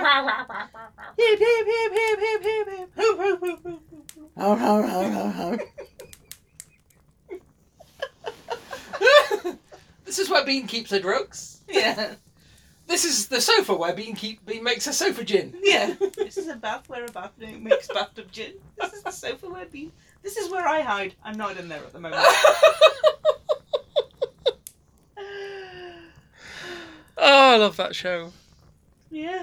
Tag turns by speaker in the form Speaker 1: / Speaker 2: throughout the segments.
Speaker 1: Hip, hip, hip, hip, hip, hip, hip. Hoop, hoop, hoop, hoop, hoop, hoop.
Speaker 2: Howl, howl, howl, howl, howl.
Speaker 3: This is where Bean keeps her drugs.
Speaker 1: yeah,
Speaker 3: This is the sofa where Bean keep Bean makes her sofa gin.
Speaker 1: yeah. This is a bath where a bath makes bathtub gin. This is the sofa where Bean. This is where I hide. I'm not in there at the moment.
Speaker 3: Oh, I love that show.
Speaker 1: yeah.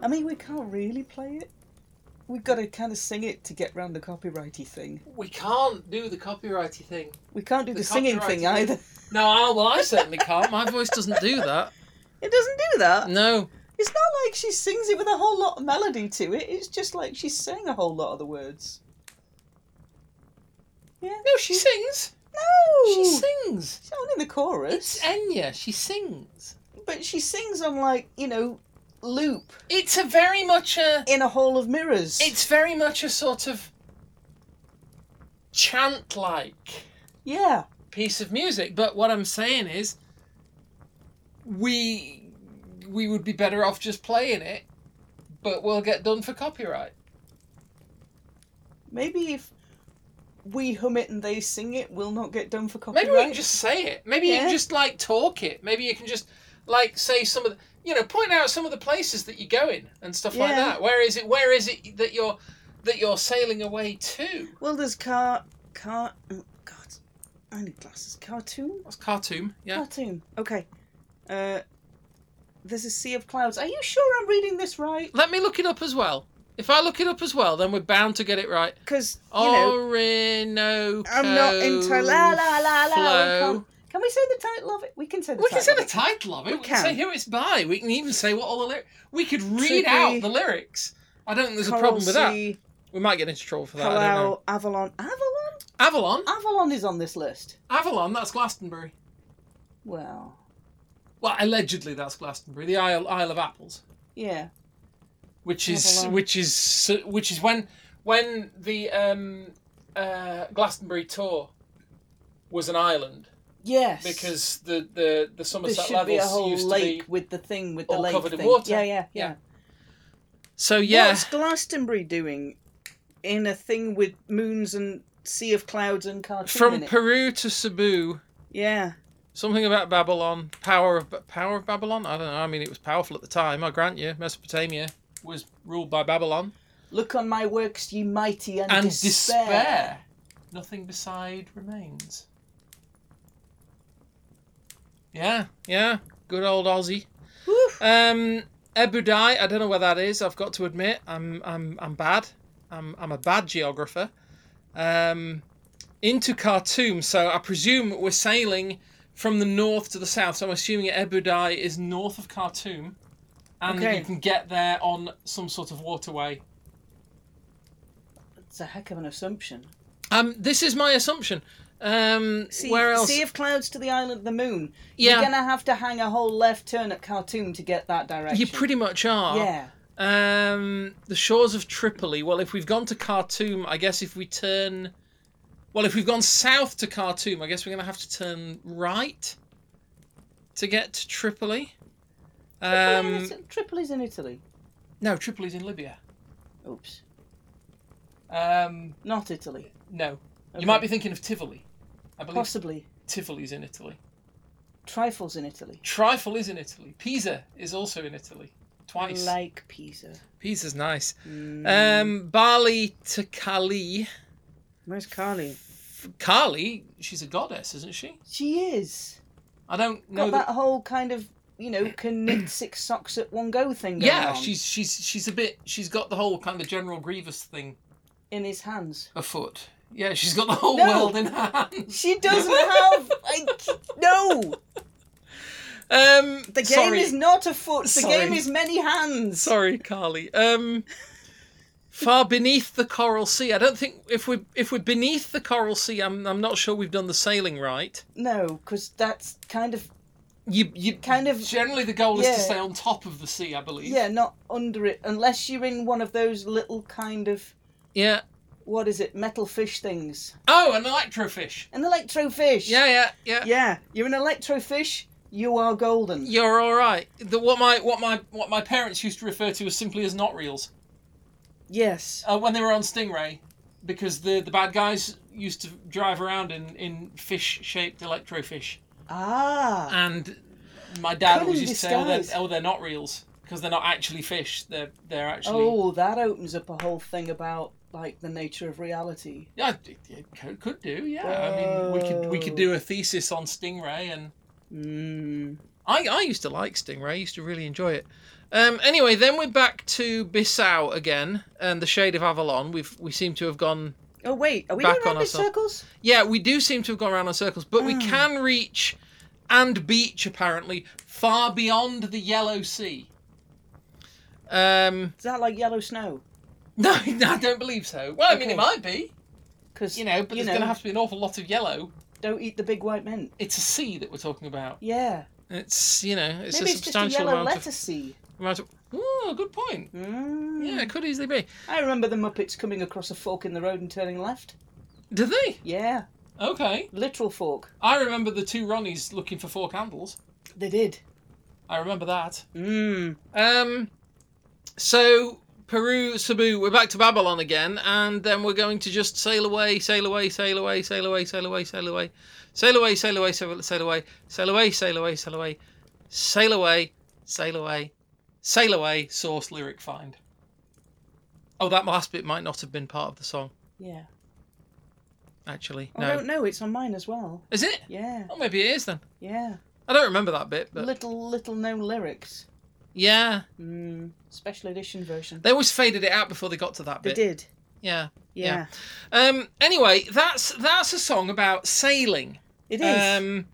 Speaker 1: I mean, we can't really play it. We've got to kind of sing it to get round the copyrighty thing.
Speaker 3: We can't do the copyrighty thing.
Speaker 1: We can't do the,
Speaker 3: The
Speaker 1: singing
Speaker 3: copyrighty
Speaker 1: thing
Speaker 3: thing.
Speaker 1: either.
Speaker 3: No, I, well, I certainly can't. My voice doesn't do that.
Speaker 1: It doesn't do that.
Speaker 3: No.
Speaker 1: It's not like she sings it with a whole lot of melody to it. It's just like she's saying a whole lot of the words. Yeah.
Speaker 3: No, she sings.
Speaker 1: No.
Speaker 3: She sings.
Speaker 1: She's not in the chorus,
Speaker 3: It's Enya. She sings.
Speaker 1: but she sings on like you know, loop
Speaker 3: It's a very much a.
Speaker 1: in a hall of mirrors.
Speaker 3: It's very much a sort of chant-like
Speaker 1: yeah.
Speaker 3: piece of music. But what I'm saying is, we we would be better off just playing it, but we'll get done for copyright.
Speaker 1: Maybe if we hum it and they sing it, we'll not get done for copyright.
Speaker 3: Maybe we can just say it. Maybe you
Speaker 1: Yeah.
Speaker 3: can just like talk it. Maybe you can just like say some of the you know point out some of the places that you're going and stuff like
Speaker 1: Yeah.
Speaker 3: that. Where is it? Where is it that you're that you're sailing away to?
Speaker 1: Well, there's car, car. Oh, God, I need glasses. Cartoon,
Speaker 3: That's Khartoum. Yeah.
Speaker 1: cartoon. Okay. Uh, there's a sea of clouds. Are you sure I'm reading this right?
Speaker 3: Let me look it up as well. If I look it up as well, then we're bound to get it right.
Speaker 1: Because you know
Speaker 3: Orinoco.
Speaker 1: I'm not into la la la la. We
Speaker 3: flow.
Speaker 1: can't- Can we say the title of it? We can say the
Speaker 3: We can
Speaker 1: title.
Speaker 3: say the
Speaker 1: of it.
Speaker 3: title of it. We,
Speaker 1: We
Speaker 3: can say
Speaker 1: can.
Speaker 3: who it's by. We can even say what all the lyrics. We could read
Speaker 1: Should
Speaker 3: out
Speaker 1: we-
Speaker 3: the lyrics. I don't think there's a
Speaker 1: Coral
Speaker 3: problem with that.
Speaker 1: Sea,
Speaker 3: We might get into trouble for that. I don't know.
Speaker 1: Palau, Avalon. Avalon?
Speaker 3: Avalon.
Speaker 1: Avalon is on this list.
Speaker 3: Avalon, that's Glastonbury.
Speaker 1: Well,
Speaker 3: Well, allegedly that's Glastonbury, the Isle Isle of Apples,
Speaker 1: yeah.
Speaker 3: which is
Speaker 1: Avalon.
Speaker 3: which is which is when when the um, uh, Glastonbury tour was an island
Speaker 1: Yes.
Speaker 3: because the the the
Speaker 1: there
Speaker 3: Somerset
Speaker 1: should be a
Speaker 3: levels
Speaker 1: whole
Speaker 3: used
Speaker 1: lake
Speaker 3: to be.
Speaker 1: with the thing with the
Speaker 3: all
Speaker 1: lake
Speaker 3: covered in
Speaker 1: thing.
Speaker 3: water.
Speaker 1: Yeah, yeah, yeah.
Speaker 3: Yeah. So yeah,
Speaker 1: What's Glastonbury doing in a thing with moons and sea of clouds and cartoon?
Speaker 3: from
Speaker 1: in it?
Speaker 3: Peru to Cebu,
Speaker 1: yeah,
Speaker 3: something about Babylon, power of power of Babylon. I don't know. I mean, it was powerful at the time. I grant you, Mesopotamia was ruled by Babylon.
Speaker 1: look on my works, ye mighty, and,
Speaker 3: and
Speaker 1: despair.
Speaker 3: despair. Nothing beside remains. Yeah, yeah. Good old Aussie.
Speaker 1: Woof.
Speaker 3: Um, Ebudai. I don't know where that is. I've got to admit, I'm I'm I'm bad. I'm I'm a bad geographer. Um, into Khartoum. So I presume we're sailing from the north to the south. So I'm assuming Ebudai is north of Khartoum, and
Speaker 1: Okay.
Speaker 3: you can get there on some sort of waterway.
Speaker 1: It's a heck of an assumption.
Speaker 3: Um, this is my assumption. Um,
Speaker 1: Sea,
Speaker 3: where else?
Speaker 1: Sea of clouds to the island of the moon.
Speaker 3: yeah,
Speaker 1: You're gonna have to hang a whole left turn at Khartoum to get that direction.
Speaker 3: you pretty much are.
Speaker 1: Yeah.
Speaker 3: Um, the shores of Tripoli. Well, if we've gone to Khartoum, I guess if we turn, well, if we've gone south to Khartoum, I guess we're gonna have to turn right to get to Tripoli. Um,
Speaker 1: Tripoli's Tripoli's in Italy.
Speaker 3: no, Tripoli's in Libya.
Speaker 1: Oops,
Speaker 3: Um,
Speaker 1: not Italy.
Speaker 3: no,
Speaker 1: Okay.
Speaker 3: you might be thinking of Tivoli. I believe
Speaker 1: possibly
Speaker 3: Tivoli's in Italy.
Speaker 1: trifles in Italy,
Speaker 3: Trifle is in Italy. Pisa is also in Italy. Twice.
Speaker 1: like Pisa.
Speaker 3: Pisa's nice.
Speaker 1: Mm.
Speaker 3: Um, Bali to Kali.
Speaker 1: Where's Carly?
Speaker 3: Kali, she's a goddess, isn't she?
Speaker 1: She is.
Speaker 3: I don't know.
Speaker 1: got
Speaker 3: That...
Speaker 1: that whole kind of you know can knit six socks at one go thing. going
Speaker 3: yeah,
Speaker 1: on
Speaker 3: she's she's she's a bit. She's got the whole kind of General Grievous thing
Speaker 1: in his hands.
Speaker 3: afoot. Yeah, she's got the whole
Speaker 1: No.
Speaker 3: world in her hands.
Speaker 1: She doesn't have. I, no,
Speaker 3: Um,
Speaker 1: the game
Speaker 3: sorry.
Speaker 1: is not a foot. The
Speaker 3: Sorry.
Speaker 1: game is many hands.
Speaker 3: Sorry, Carly. Um, far beneath the coral sea. I don't think if we if we're beneath the coral sea, I'm I'm not sure we've done the sailing right.
Speaker 1: No, because that's kind of
Speaker 3: You you
Speaker 1: kind of
Speaker 3: generally the goal is
Speaker 1: Yeah.
Speaker 3: to stay on top of the sea, I believe.
Speaker 1: yeah, not under it unless you're in one of those little kind of
Speaker 3: Yeah.
Speaker 1: what is it metal fish things.
Speaker 3: Oh, an electrofish.
Speaker 1: An electrofish.
Speaker 3: Yeah, yeah, yeah.
Speaker 1: Yeah, you're an electrofish. You are golden.
Speaker 3: You're all right. The, what my what my what my parents used to refer to as simply as not reels
Speaker 1: Yes.
Speaker 3: uh, when they were on Stingray, because the the bad guys used to drive around in in fish shaped electrofish.
Speaker 1: Ah.
Speaker 3: and my dad
Speaker 1: Cunning
Speaker 3: always used to say, oh they're,
Speaker 1: disguise.
Speaker 3: "Oh, they're not reels because they're not actually fish. They're they're actually
Speaker 1: Oh, that opens up a whole thing about like the nature of reality.
Speaker 3: yeah, it, it could, could do. Yeah, I mean, we could we could do
Speaker 1: Whoa.
Speaker 3: a thesis on stingray, and
Speaker 1: Mm.
Speaker 3: I I used to like stingray. I used to really enjoy it. Um, anyway, then we're back to Bissau again and the Shade of Avalon. We've we seem to have gone.
Speaker 1: Oh wait, are we
Speaker 3: Back
Speaker 1: going
Speaker 3: on
Speaker 1: around in
Speaker 3: ourselves.
Speaker 1: circles?
Speaker 3: Yeah, we do seem to have gone around in circles, but we can reach and beach apparently far beyond the Yellow Sea. Um,
Speaker 1: Is that like yellow snow?
Speaker 3: No, I don't believe so. Well, I mean,
Speaker 1: Okay.
Speaker 3: it might be,
Speaker 1: Because
Speaker 3: you know, but there's going to have to be an awful lot of yellow.
Speaker 1: don't eat the big white mint.
Speaker 3: It's a sea that we're talking about.
Speaker 1: Yeah,
Speaker 3: It's, you know, it's
Speaker 1: maybe
Speaker 3: a
Speaker 1: it's just a
Speaker 3: substantial
Speaker 1: yellow
Speaker 3: amount,
Speaker 1: letter
Speaker 3: of,
Speaker 1: C.
Speaker 3: amount of. Oh, good point.
Speaker 1: Mm.
Speaker 3: Yeah, it could easily be.
Speaker 1: I remember the Muppets coming across a fork in the road and turning left.
Speaker 3: Do they?
Speaker 1: Yeah,
Speaker 3: Okay.
Speaker 1: literal fork.
Speaker 3: I remember the two Ronnies looking for four candles.
Speaker 1: They did.
Speaker 3: I remember that.
Speaker 1: Mm.
Speaker 3: Um, so Peru, Cebu, we're back to Babylon again, and then we're going to just sail away, sail away, sail away, sail away, sail away, sail away, sail away, sail away, sail away, sail away, sail away, sail away, sail away, sail away, sail away, sail away. Source lyric find. Oh, that last bit might not have been part of the song,
Speaker 1: Yeah.
Speaker 3: actually.
Speaker 1: I
Speaker 3: No,
Speaker 1: don't know. Oh, It's on mine as well.
Speaker 3: is it?
Speaker 1: Yeah.
Speaker 3: Oh, maybe it is then.
Speaker 1: Yeah.
Speaker 3: I don't remember that bit, but
Speaker 1: Little little known lyrics.
Speaker 3: yeah,
Speaker 1: Mm. Special edition version.
Speaker 3: they always faded it out before they got to that
Speaker 1: They
Speaker 3: bit.
Speaker 1: did.
Speaker 3: Yeah.
Speaker 1: Yeah.
Speaker 3: Um, anyway, that's that's a song about sailing.
Speaker 1: It is.
Speaker 3: Um,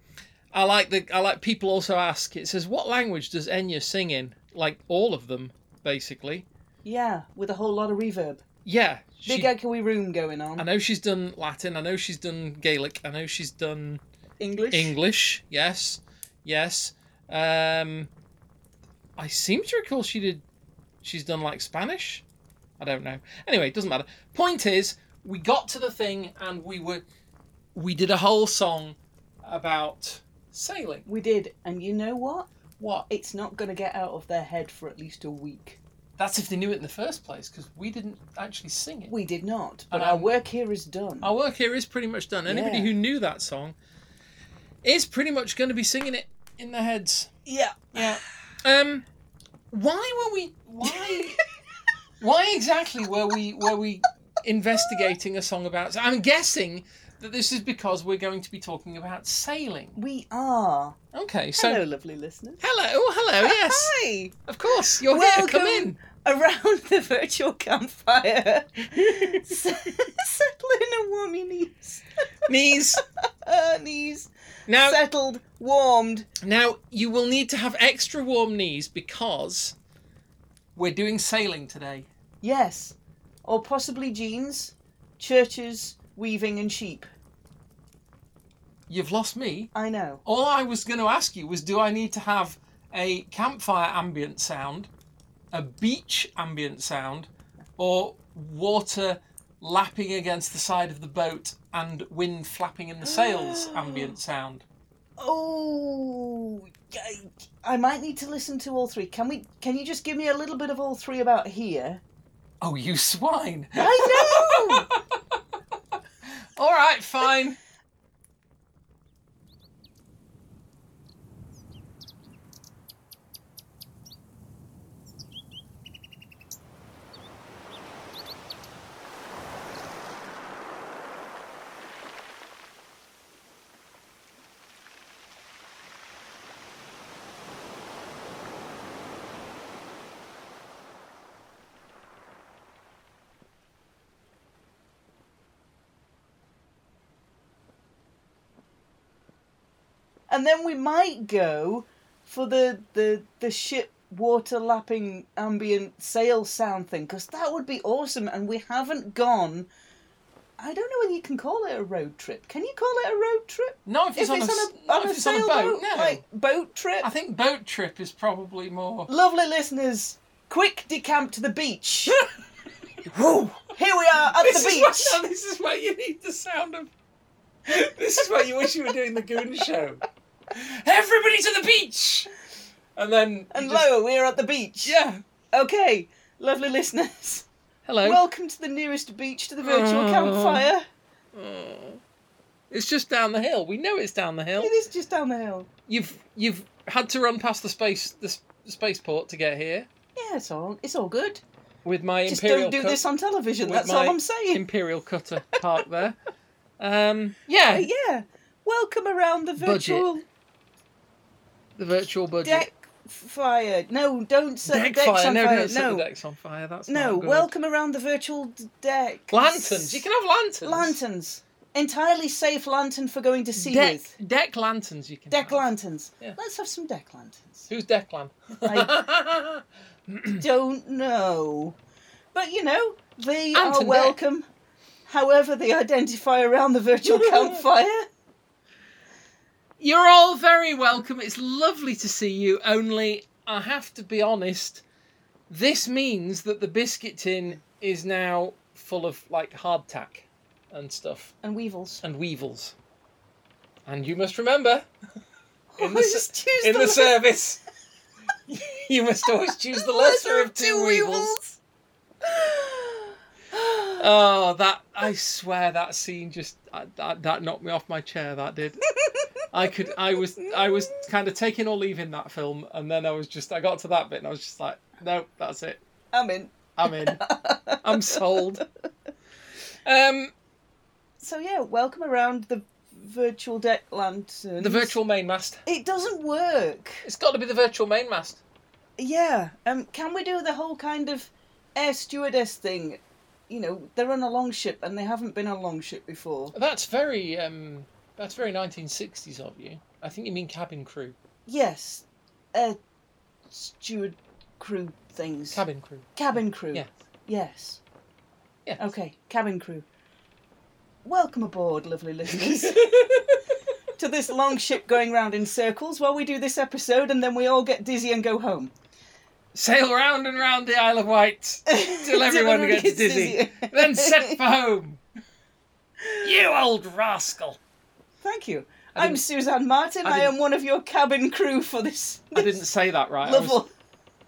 Speaker 3: I like the I like people also ask. It says, "What language does Enya sing in?" Like all of them, basically.
Speaker 1: yeah, with a whole lot of reverb.
Speaker 3: Yeah, she-
Speaker 1: Big echoey room going
Speaker 3: I
Speaker 1: on.
Speaker 3: know she's done Latin. I know she's done Gaelic. I know she's done
Speaker 1: English.
Speaker 3: English. Yes, yes. Um, I seem to recall she did. She's done like Spanish. I don't know. Anyway, it doesn't matter. Point is, we got to the thing and we were, we did a whole song about sailing.
Speaker 1: We did, and you know what?
Speaker 3: What?
Speaker 1: It's not going to get out of their head for at least a week.
Speaker 3: That's if they knew it in the first place, because we didn't actually sing it.
Speaker 1: We did not, but
Speaker 3: And
Speaker 1: our
Speaker 3: I'm- Oh,
Speaker 1: work here is done.
Speaker 3: Our work here is pretty much done. Anybody
Speaker 1: Yeah.
Speaker 3: who knew that song is pretty much going to be singing it in their heads.
Speaker 1: Yeah.
Speaker 3: Yeah. Um, why were we? Why? why exactly were we? Were we investigating a song about? I'm guessing that this is because we're going to be talking about sailing.
Speaker 1: We are.
Speaker 3: Okay. So
Speaker 1: Hello, lovely listeners.
Speaker 3: hello, oh, hello. Yes,
Speaker 1: Hi.
Speaker 3: of course. You're here. Come in.
Speaker 1: Welcome. Around the virtual campfire, settling and warm your knees.
Speaker 3: Knees.
Speaker 1: Uh, knees
Speaker 3: Now,
Speaker 1: settled, warmed.
Speaker 3: now you will need to have extra warm knees because we're doing sailing today.
Speaker 1: Yes, or possibly jeans, churches, weaving, and sheep.
Speaker 3: You've lost me.
Speaker 1: I know.
Speaker 3: All I was going to ask you was do I need to have a campfire ambient sound, a beach ambient sound, or water lapping against the side of the boat and wind flapping in the sails ambient sound?
Speaker 1: Oh, I, I might need to listen to all three. Can we? Can you just give me a little bit of all three about here?
Speaker 3: Oh, you swine!
Speaker 1: I
Speaker 3: All right, fine.
Speaker 1: and then we might go for the the the ship water lapping ambient sail sound thing because that would be awesome. And we haven't gone. I don't know whether you can call it a road trip. Can you call it a road trip?
Speaker 3: No, if it's, on, a, s- not if it's on a boat, no.
Speaker 1: like boat trip.
Speaker 3: I think boat trip is probably more.
Speaker 1: Lovely listeners, quick decamp to the beach. Whew, Here we are at
Speaker 3: This
Speaker 1: the
Speaker 3: is, where,
Speaker 1: beach.
Speaker 3: no, this is where you need the sound of. This is where you wish you were doing the Goon Show. Everybody to the beach, and then you
Speaker 1: and
Speaker 3: just-
Speaker 1: lo, we're at the beach.
Speaker 3: yeah.
Speaker 1: Okay, lovely listeners.
Speaker 3: Hello.
Speaker 1: Welcome to the nearest beach to the
Speaker 3: Oh.
Speaker 1: virtual campfire.
Speaker 3: it's just down the hill. We know it's down the hill.
Speaker 1: It is just down the hill.
Speaker 3: You've you've had to run past the space the s- spaceport to get here
Speaker 1: Yeah, it's all it's all good.
Speaker 3: with my
Speaker 1: Just
Speaker 3: imperial
Speaker 1: don't do
Speaker 3: cut-
Speaker 1: this on television.
Speaker 3: with
Speaker 1: That's
Speaker 3: my
Speaker 1: all I'm saying.
Speaker 3: imperial cutter parked there. Um, yeah,
Speaker 1: But yeah, welcome around the
Speaker 3: Budget.
Speaker 1: virtual
Speaker 3: the virtual budget.
Speaker 1: deck fire. No, don't set
Speaker 3: Deck
Speaker 1: the decks
Speaker 3: fire.
Speaker 1: uh, on
Speaker 3: no,
Speaker 1: fire.
Speaker 3: don't set
Speaker 1: no,
Speaker 3: the decks on fire. That's
Speaker 1: no.
Speaker 3: not good.
Speaker 1: Welcome around the virtual d- deck.
Speaker 3: lanterns. You can have lanterns.
Speaker 1: lanterns. Entirely safe lantern for going to sea
Speaker 3: Deck,
Speaker 1: with.
Speaker 3: deck lanterns. You can.
Speaker 1: Deck
Speaker 3: have.
Speaker 1: lanterns.
Speaker 3: Yeah.
Speaker 1: Let's have some deck lanterns.
Speaker 3: Who's Declan?
Speaker 1: I- don't know. But you know, they
Speaker 3: Anton
Speaker 1: are
Speaker 3: Beck.
Speaker 1: welcome. However, they identify around the virtual campfire.
Speaker 3: You're all very welcome. It's lovely to see you. Only I have to be honest. This means that the biscuit tin is now full of like hardtack and stuff
Speaker 1: And weevils.
Speaker 3: and weevils. And you must remember in the
Speaker 1: I
Speaker 3: s-
Speaker 1: just used
Speaker 3: in the
Speaker 1: le-
Speaker 3: service. you must always choose the lesser of two weevils. Oh, that I swear that scene just I- that, that knocked me off my chair. That did. I could. I was. I was kind of taking or leaving that film, and then I was just. I got to that bit, and I was just like, nope, that's it.
Speaker 1: I'm in.
Speaker 3: I'm in. I'm sold. Um,
Speaker 1: So yeah, welcome around the virtual deck lantern.
Speaker 3: the virtual mainmast.
Speaker 1: It doesn't work.
Speaker 3: It's got to be the virtual mainmast.
Speaker 1: Yeah. Um. Can we do the whole kind of air stewardess thing? You know, they're on a long ship and they haven't been on a long ship before.
Speaker 3: That's very. Um, that's very 1960s of you. I think you mean cabin crew.
Speaker 1: Yes. Air steward crew things.
Speaker 3: Cabin crew.
Speaker 1: Cabin crew.
Speaker 3: Yeah.
Speaker 1: Yes.
Speaker 3: Yeah.
Speaker 1: Okay, cabin crew. Welcome aboard, lovely listeners, to this long ship going round in circles while we do this episode and then we all get dizzy and go home.
Speaker 3: Sail round and round the Isle of Wight. Till everyone gets dizzy. then set for home. You old rascal!
Speaker 1: Thank you.
Speaker 3: I
Speaker 1: I'm
Speaker 3: didn't-
Speaker 1: Suzanne Martin.
Speaker 3: I
Speaker 1: I, am one of your cabin crew for this.
Speaker 3: I didn't say that right. I was,
Speaker 1: level.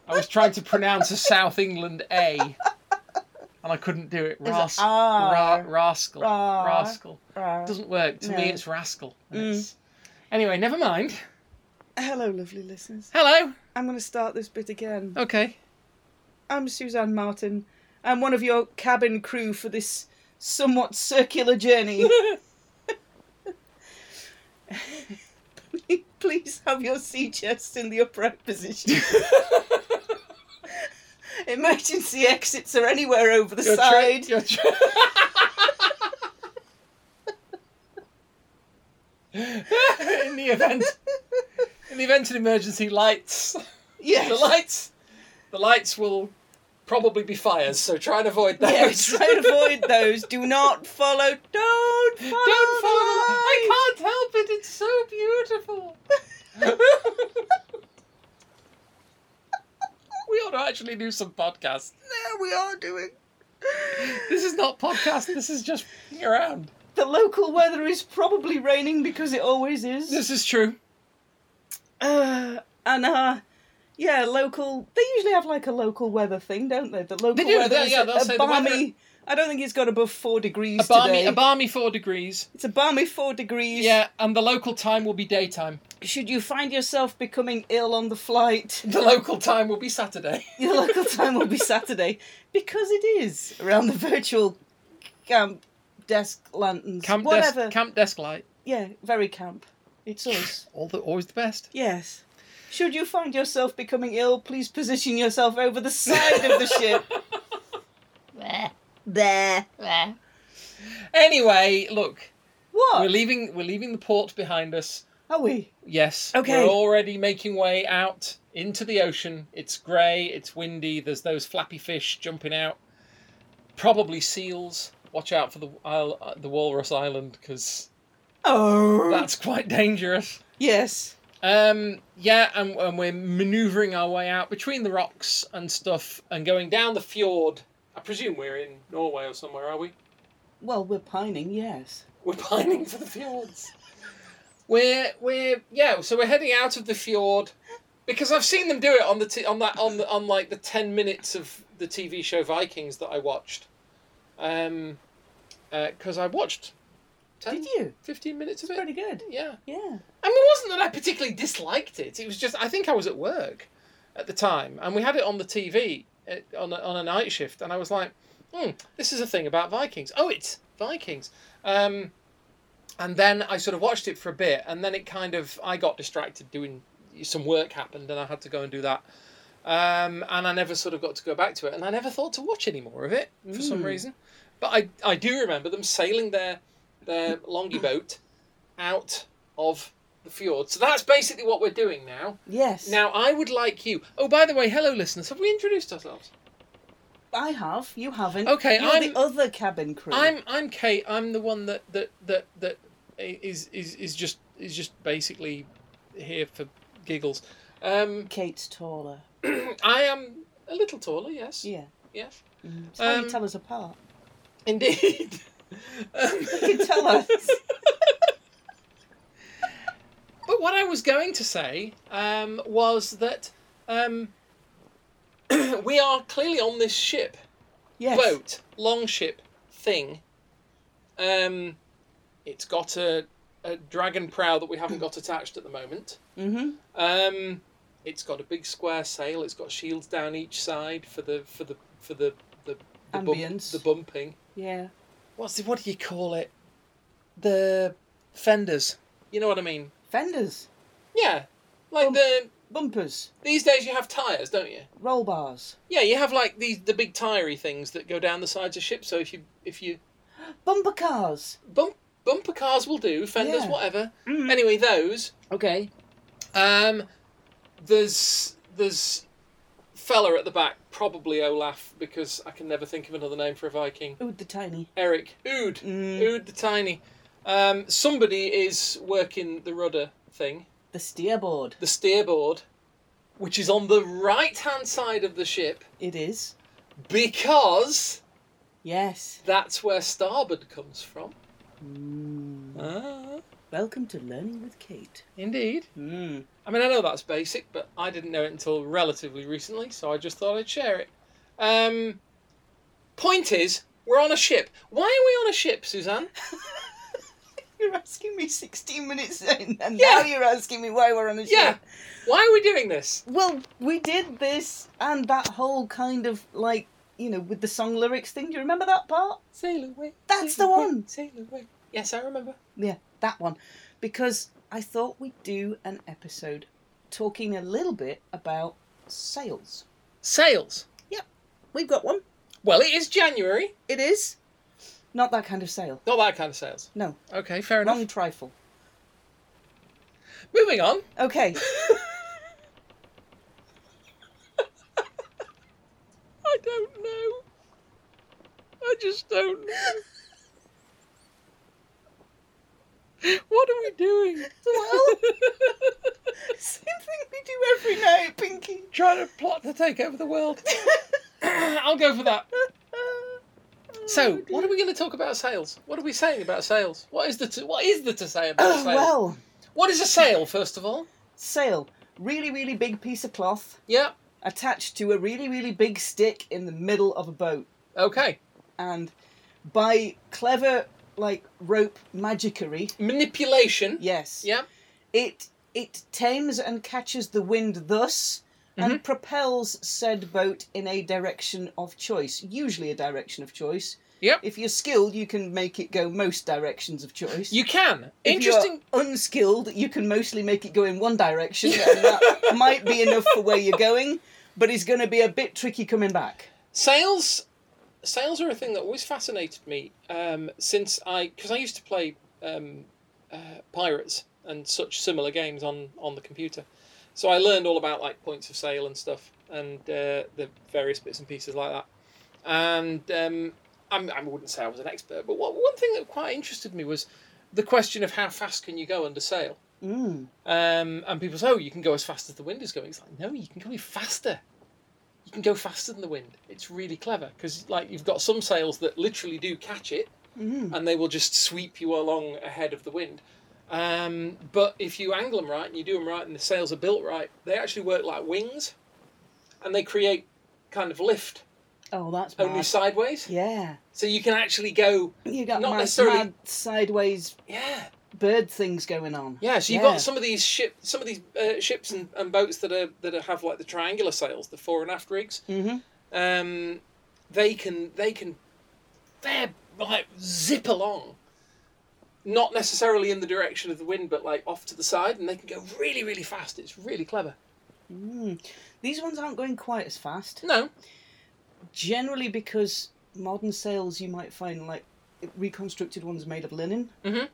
Speaker 3: I was trying to pronounce a South England A, and I couldn't do it.
Speaker 1: Is it
Speaker 3: Ras-
Speaker 1: R?
Speaker 3: ra- rascal,
Speaker 1: Ra-
Speaker 3: rascal.
Speaker 1: Ah.
Speaker 3: Doesn't work. To me,
Speaker 1: No.
Speaker 3: it's rascal. and
Speaker 1: Mm.
Speaker 3: it's- Anyway, never mind.
Speaker 1: Hello, lovely listeners.
Speaker 3: Hello.
Speaker 1: I'm going to start this bit again.
Speaker 3: Okay.
Speaker 1: I'm Suzanne Martin. I'm one of your cabin crew for this somewhat circular journey. Please have your sea chests in the upright position. Emergency exits are anywhere over the
Speaker 3: Your tra-
Speaker 1: side.
Speaker 3: your tra- in the event, in the event of an emergency, lights.
Speaker 1: yes.
Speaker 3: The lights, the lights will probably be fires, so try and avoid those.
Speaker 1: Yeah, try and avoid those. Do not follow. Don't follow.
Speaker 3: Don't follow.
Speaker 1: The
Speaker 3: The
Speaker 1: light.
Speaker 3: I can't help it. It's so beautiful. we ought to actually do some podcast.
Speaker 1: There we are doing.
Speaker 3: This is not podcast. This is just f***ing around.
Speaker 1: The local weather is probably raining because it always is.
Speaker 3: This is true.
Speaker 1: Uh, and uh, yeah, local. They usually have like a local weather thing, don't they? The local
Speaker 3: They do,
Speaker 1: weather
Speaker 3: they-
Speaker 1: is
Speaker 3: yeah,
Speaker 1: a,
Speaker 3: they'll say the
Speaker 1: balmy.
Speaker 3: weather-
Speaker 1: I don't think it's got above four degrees
Speaker 3: A balmy,
Speaker 1: today.
Speaker 3: a balmy four degrees.
Speaker 1: it's a balmy four degrees.
Speaker 3: Yeah, and the local time will be daytime.
Speaker 1: Should you find yourself becoming ill on the flight,
Speaker 3: The local time will be Saturday.
Speaker 1: your local time will be Saturday because it is around the virtual camp desk lanterns.
Speaker 3: Camp
Speaker 1: whatever.
Speaker 3: desk, camp desk light.
Speaker 1: Yeah, very camp. It's us.
Speaker 3: All the, always the best.
Speaker 1: Yes. Should you find yourself becoming ill, please position yourself over the side of the ship. There.
Speaker 3: Anyway, look,
Speaker 1: What?
Speaker 3: We're leaving. We're leaving the port behind us.
Speaker 1: Are we?
Speaker 3: Yes.
Speaker 1: Okay.
Speaker 3: We're already making way out into the ocean. It's grey, it's windy, there's those flappy fish jumping out. Probably seals. Watch out for the isle, uh, the walrus island because
Speaker 1: Oh.
Speaker 3: that's quite dangerous.
Speaker 1: yes.
Speaker 3: Um, yeah, and, and we're manoeuvring our way out between the rocks and stuff and going down the fjord. I presume we're in Norway or somewhere, are we?
Speaker 1: Well, we're pining. Yes.
Speaker 3: We're pining for the fjords. We're we're yeah. So we're heading out of the fjord because I've seen them do it on the t- on that on the, on like the ten minutes of the TV show Vikings that I watched. Um, because I watched. 10,
Speaker 1: Did you?
Speaker 3: 15 minutes of
Speaker 1: It's
Speaker 3: it?
Speaker 1: pretty good.
Speaker 3: Yeah.
Speaker 1: Yeah.
Speaker 3: I mean, it wasn't that I particularly disliked it. It was just I think I was at work at the time, and we had it on the TV uh, on a, on a night shift, and I was like, "Hmm, this is a thing about Vikings. Oh, it's Vikings." Um, and then I sort of watched it for a bit, and then it kind of I got distracted doing some work happened, and I had to go and do that. Um, and I never sort of got to go back to it, and I never thought to watch any more of it for some
Speaker 1: Mm.
Speaker 3: reason. But I, I do remember them sailing their their longy boat out of the fjord. So that's basically what we're doing now.
Speaker 1: Yes.
Speaker 3: Now I would like you. Oh, by the way, hello listeners. Have we introduced ourselves?
Speaker 1: I have. You haven't.
Speaker 3: Okay,
Speaker 1: You're
Speaker 3: I'm-
Speaker 1: the other cabin crew.
Speaker 3: I'm I'm Kate. I'm the one that that that that is is is just is just basically here for giggles. Um,
Speaker 1: Kate's taller.
Speaker 3: I am a little taller. Yes.
Speaker 1: Yeah.
Speaker 3: Yes.
Speaker 1: That's how
Speaker 3: Um,
Speaker 1: you tell us apart.
Speaker 3: Indeed. Um,
Speaker 1: You can tell us.
Speaker 3: But what I was going to say um, was that um, we are clearly on this ship,
Speaker 1: Yes.
Speaker 3: boat, long ship thing. Um, it's got a, a dragon prow that we haven't got attached at the moment.
Speaker 1: Mm-hmm.
Speaker 3: Um, it's got a big square sail. It's got shields down each side for the for the for the the, the, bump-
Speaker 1: Ambience.
Speaker 3: the bumping.
Speaker 1: Yeah.
Speaker 3: What's the, what do you call it? The fenders. You know what I mean?
Speaker 1: Fenders,
Speaker 3: Yeah, like
Speaker 1: Bump-
Speaker 3: the
Speaker 1: bumpers,
Speaker 3: These days you have tyres, don't you?
Speaker 1: roll bars,
Speaker 3: Yeah, you have like these the big tirey things that go down the sides of ships. So if you if you
Speaker 1: bumper cars.
Speaker 3: bump bumper cars will do, fenders,
Speaker 1: Yeah.
Speaker 3: whatever. Anyway, those.
Speaker 1: Okay.
Speaker 3: Um, there's there's fella at the back, probably Olaf, because I can never think of another name for a Viking.
Speaker 1: Ooh, the tiny.
Speaker 3: Eric Ood,
Speaker 1: Mm.
Speaker 3: Ood the tiny. Um, somebody is working the rudder thing,
Speaker 1: The steerboard.
Speaker 3: the steerboard, which is on the right hand side of the ship
Speaker 1: It is.
Speaker 3: because.
Speaker 1: Yes.
Speaker 3: That's where starboard comes from.
Speaker 1: Mm.
Speaker 3: Ah,
Speaker 1: Welcome to Learning with Kate.
Speaker 3: indeed.
Speaker 1: Mm.
Speaker 3: I mean, I know that's basic, but I didn't know it until relatively recently, so I just thought I'd share it. Um, point is, we're on a ship. Why are we on a ship, Suzanne?
Speaker 1: You're asking me 16 minutes in, and
Speaker 3: Yeah.
Speaker 1: now you're asking me why we're on a ship.
Speaker 3: Yeah. Why are we doing this?
Speaker 1: Well, we did this and that whole kind of like, you know, with the song lyrics thing. Do you remember that part?
Speaker 3: Sail away.
Speaker 1: That's
Speaker 3: sail
Speaker 1: the
Speaker 3: away,
Speaker 1: one.
Speaker 3: Sail away. Yes, I remember.
Speaker 1: Yeah, that one. Because I thought we'd do an episode talking a little bit about sales.
Speaker 3: Sails.
Speaker 1: We've got one.
Speaker 3: Well, it is January.
Speaker 1: It is. Not that kind of sale.
Speaker 3: Not that kind of sails.
Speaker 1: No.
Speaker 3: Okay, fair enough.
Speaker 1: Wrong trifle.
Speaker 3: Moving on.
Speaker 1: Okay.
Speaker 3: I don't know. I just don't know. What are we doing?
Speaker 1: Well- Same thing we do every night, Pinky.
Speaker 3: Trying to plot to take over the world. I'll go for that. So,
Speaker 1: Oh,
Speaker 3: what are we going to talk about sales? What are we saying about sales? What is the to, what is the to say about
Speaker 1: Oh,
Speaker 3: sales?
Speaker 1: well,
Speaker 3: What is a sale first of all?
Speaker 1: sale. Really, really big piece of cloth
Speaker 3: Yeah.
Speaker 1: attached to a really, really big stick in the middle of a boat.
Speaker 3: Okay.
Speaker 1: And by clever, like, rope magicery,
Speaker 3: Manipulation.
Speaker 1: yes,
Speaker 3: Yeah.
Speaker 1: it it tames and catches the wind thus
Speaker 3: Mm-hmm.
Speaker 1: and propels said boat in a direction of choice usually a direction of choice
Speaker 3: Yep.
Speaker 1: if you're skilled you can make it go most directions of choice
Speaker 3: You can.
Speaker 1: If you're
Speaker 3: Interesting.
Speaker 1: unskilled you can mostly make it go in one direction and that might be enough for where you're going but it's going to be a bit tricky coming back
Speaker 3: sales sales are a thing that always fascinated me um, since i because i used to play um, uh, pirates and such similar games on on the computer. So I learned all about like points of sale and stuff, and uh, the various bits and pieces like that. And um, I'm, I wouldn't say I was an expert, but what, one thing that quite interested me was the question of how fast can you go under sale.
Speaker 1: Mm.
Speaker 3: Um, and people say, oh, you can go as fast as the wind is going. It's like, no, you can go even faster. You can go faster than the wind. It's really clever because, like, you've got some sails that literally do catch it,
Speaker 1: Mm.
Speaker 3: and they will just sweep you along ahead of the wind. Um, but if you angle them right and you do them right and the sails are built right, they actually work like wings, and they create kind of lift
Speaker 1: Oh, that's
Speaker 3: only
Speaker 1: mad.
Speaker 3: sideways.
Speaker 1: Yeah.
Speaker 3: So you can actually go,
Speaker 1: You got
Speaker 3: Not
Speaker 1: mad,
Speaker 3: necessarily-
Speaker 1: mad sideways
Speaker 3: yeah,
Speaker 1: bird things going on.
Speaker 3: Yeah, so you've
Speaker 1: Yeah.
Speaker 3: got some of these ship, some of these uh, ships and, and boats that are that are, have like the triangular sails, the fore and aft rigs.
Speaker 1: Mm-hmm.
Speaker 3: Um, they can they can they're like zip along, not necessarily in the direction of the wind, but like off to the side, and they can go really really fast. It's really clever.
Speaker 1: Mm. These ones aren't going quite as fast.
Speaker 3: No,
Speaker 1: Generally, because modern sails you might find like reconstructed ones made of linen.
Speaker 3: Mhm.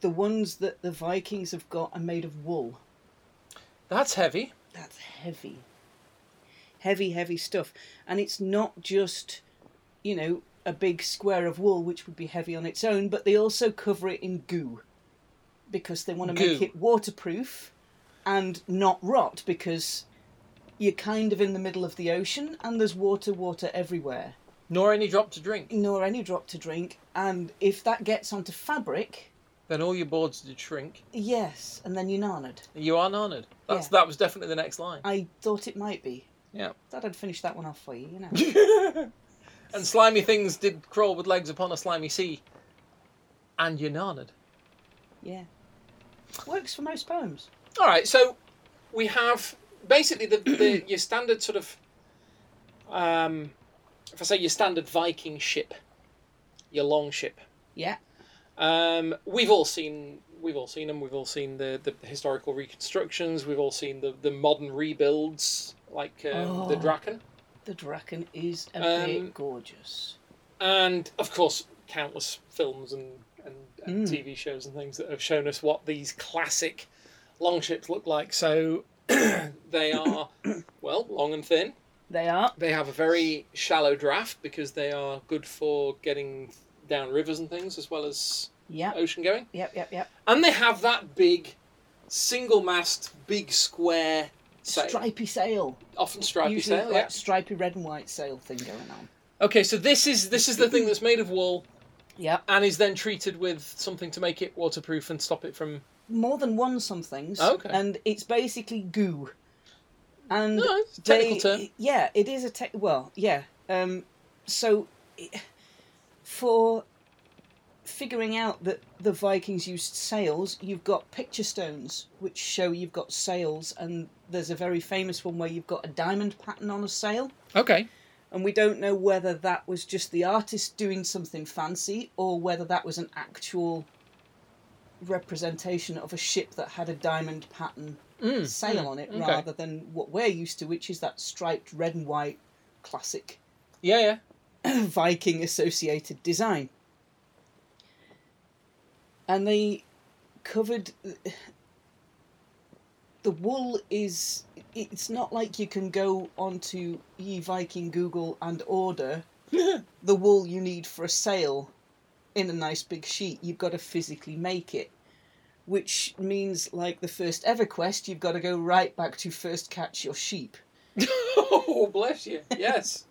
Speaker 1: The ones that the Vikings have got are made of wool.
Speaker 3: that's heavy.
Speaker 1: That's heavy. Heavy, heavy stuff. And it's not just, you know, a big square of wool, which would be heavy on its own, but they also cover it in goo because they want to make
Speaker 3: Goo.
Speaker 1: it waterproof and not rot because you're kind of in the middle of the ocean and there's water, water everywhere,
Speaker 3: Nor any drop to drink.
Speaker 1: nor any drop to drink. And if that gets onto fabric,
Speaker 3: Then all your boards did shrink.
Speaker 1: yes, and then you're gnarned.
Speaker 3: You are honored. That's that was definitely the next line.
Speaker 1: I thought it might be.
Speaker 3: Yeah.
Speaker 1: Thought I'd finish that one off for you, you know.
Speaker 3: and slimy things did crawl with legs upon a slimy sea. And you're gnarned.
Speaker 1: Yeah. Works for most poems.
Speaker 3: All right, so we have basically the, the your standard sort of, um, if I say your standard Viking ship, your long ship.
Speaker 1: Yeah.
Speaker 3: Um, we've all seen we've all seen them. We've all seen the, the historical reconstructions. We've all seen the, the modern rebuilds like um, the
Speaker 1: Oh.
Speaker 3: Draken,
Speaker 1: The Draken is a
Speaker 3: Um,
Speaker 1: bit gorgeous.
Speaker 3: and of course countless films and and, and
Speaker 1: Mm.
Speaker 3: TV shows and things that have shown us what these classic longships look like. So they are well long and thin.
Speaker 1: They are.
Speaker 3: They have a very shallow draft because they are good for getting down rivers and things as well as
Speaker 1: Yep.
Speaker 3: ocean going.
Speaker 1: Yep. Yep. Yep.
Speaker 3: And they have that big single mast, big square sail,
Speaker 1: Stripy sail.
Speaker 3: often stripy
Speaker 1: Usually
Speaker 3: sail.
Speaker 1: like
Speaker 3: Yeah.
Speaker 1: stripy red and white sail thing going on.
Speaker 3: Okay, so this is this is the thing that's made of wool
Speaker 1: Yep.
Speaker 3: and is then treated with something to make it waterproof and stop it from.
Speaker 1: More than one somethings.
Speaker 3: Okay.
Speaker 1: And it's basically goo. And
Speaker 3: No, it's a technical
Speaker 1: they-
Speaker 3: term.
Speaker 1: Yeah, it is a tech. Well, yeah. Um, so, i- for figuring out that the Vikings used sails, you've got picture stones which show you've got sails, and there's a very famous one where you've got a diamond pattern on a sail.
Speaker 3: Okay.
Speaker 1: And we don't know whether that was just the artist doing something fancy or whether that was an actual representation of a ship that had a diamond pattern
Speaker 3: Mm.
Speaker 1: sail on it
Speaker 3: okay.
Speaker 1: rather than what we're used to, which is that striped red and white classic
Speaker 3: Yeah, yeah.
Speaker 1: Viking associated design. And they covered the wool is it's not like you can go onto ye Viking Google and order the wool you need for a sail in a nice big sheet. You've got to physically make it. Which means, like the first ever quest, you've got to go right back to first catch your sheep.
Speaker 3: oh, bless you. Yes.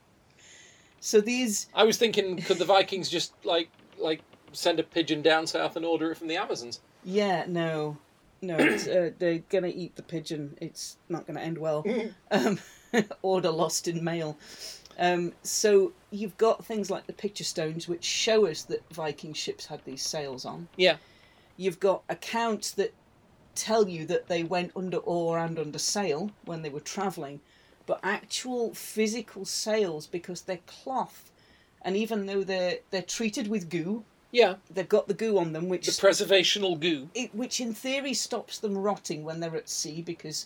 Speaker 1: So these,
Speaker 3: I was thinking, could the Vikings just like like send a pigeon down south and order it from the Amazons?
Speaker 1: yeah, no, no, it's, uh, they're gonna eat the pigeon. It's not gonna end well. um, order lost in mail. Um, so you've got things like the picture stones, which show us that Viking ships had these sails on.
Speaker 3: Yeah.
Speaker 1: You've got accounts that tell you that they went under oar and under sail when they were travelling, but actual physical sails because they're cloth, and even though they're they're treated with goo,
Speaker 3: Yeah,
Speaker 1: they've got the goo on them, which
Speaker 3: the preservational goo.
Speaker 1: it, which in theory stops them rotting when they're at sea because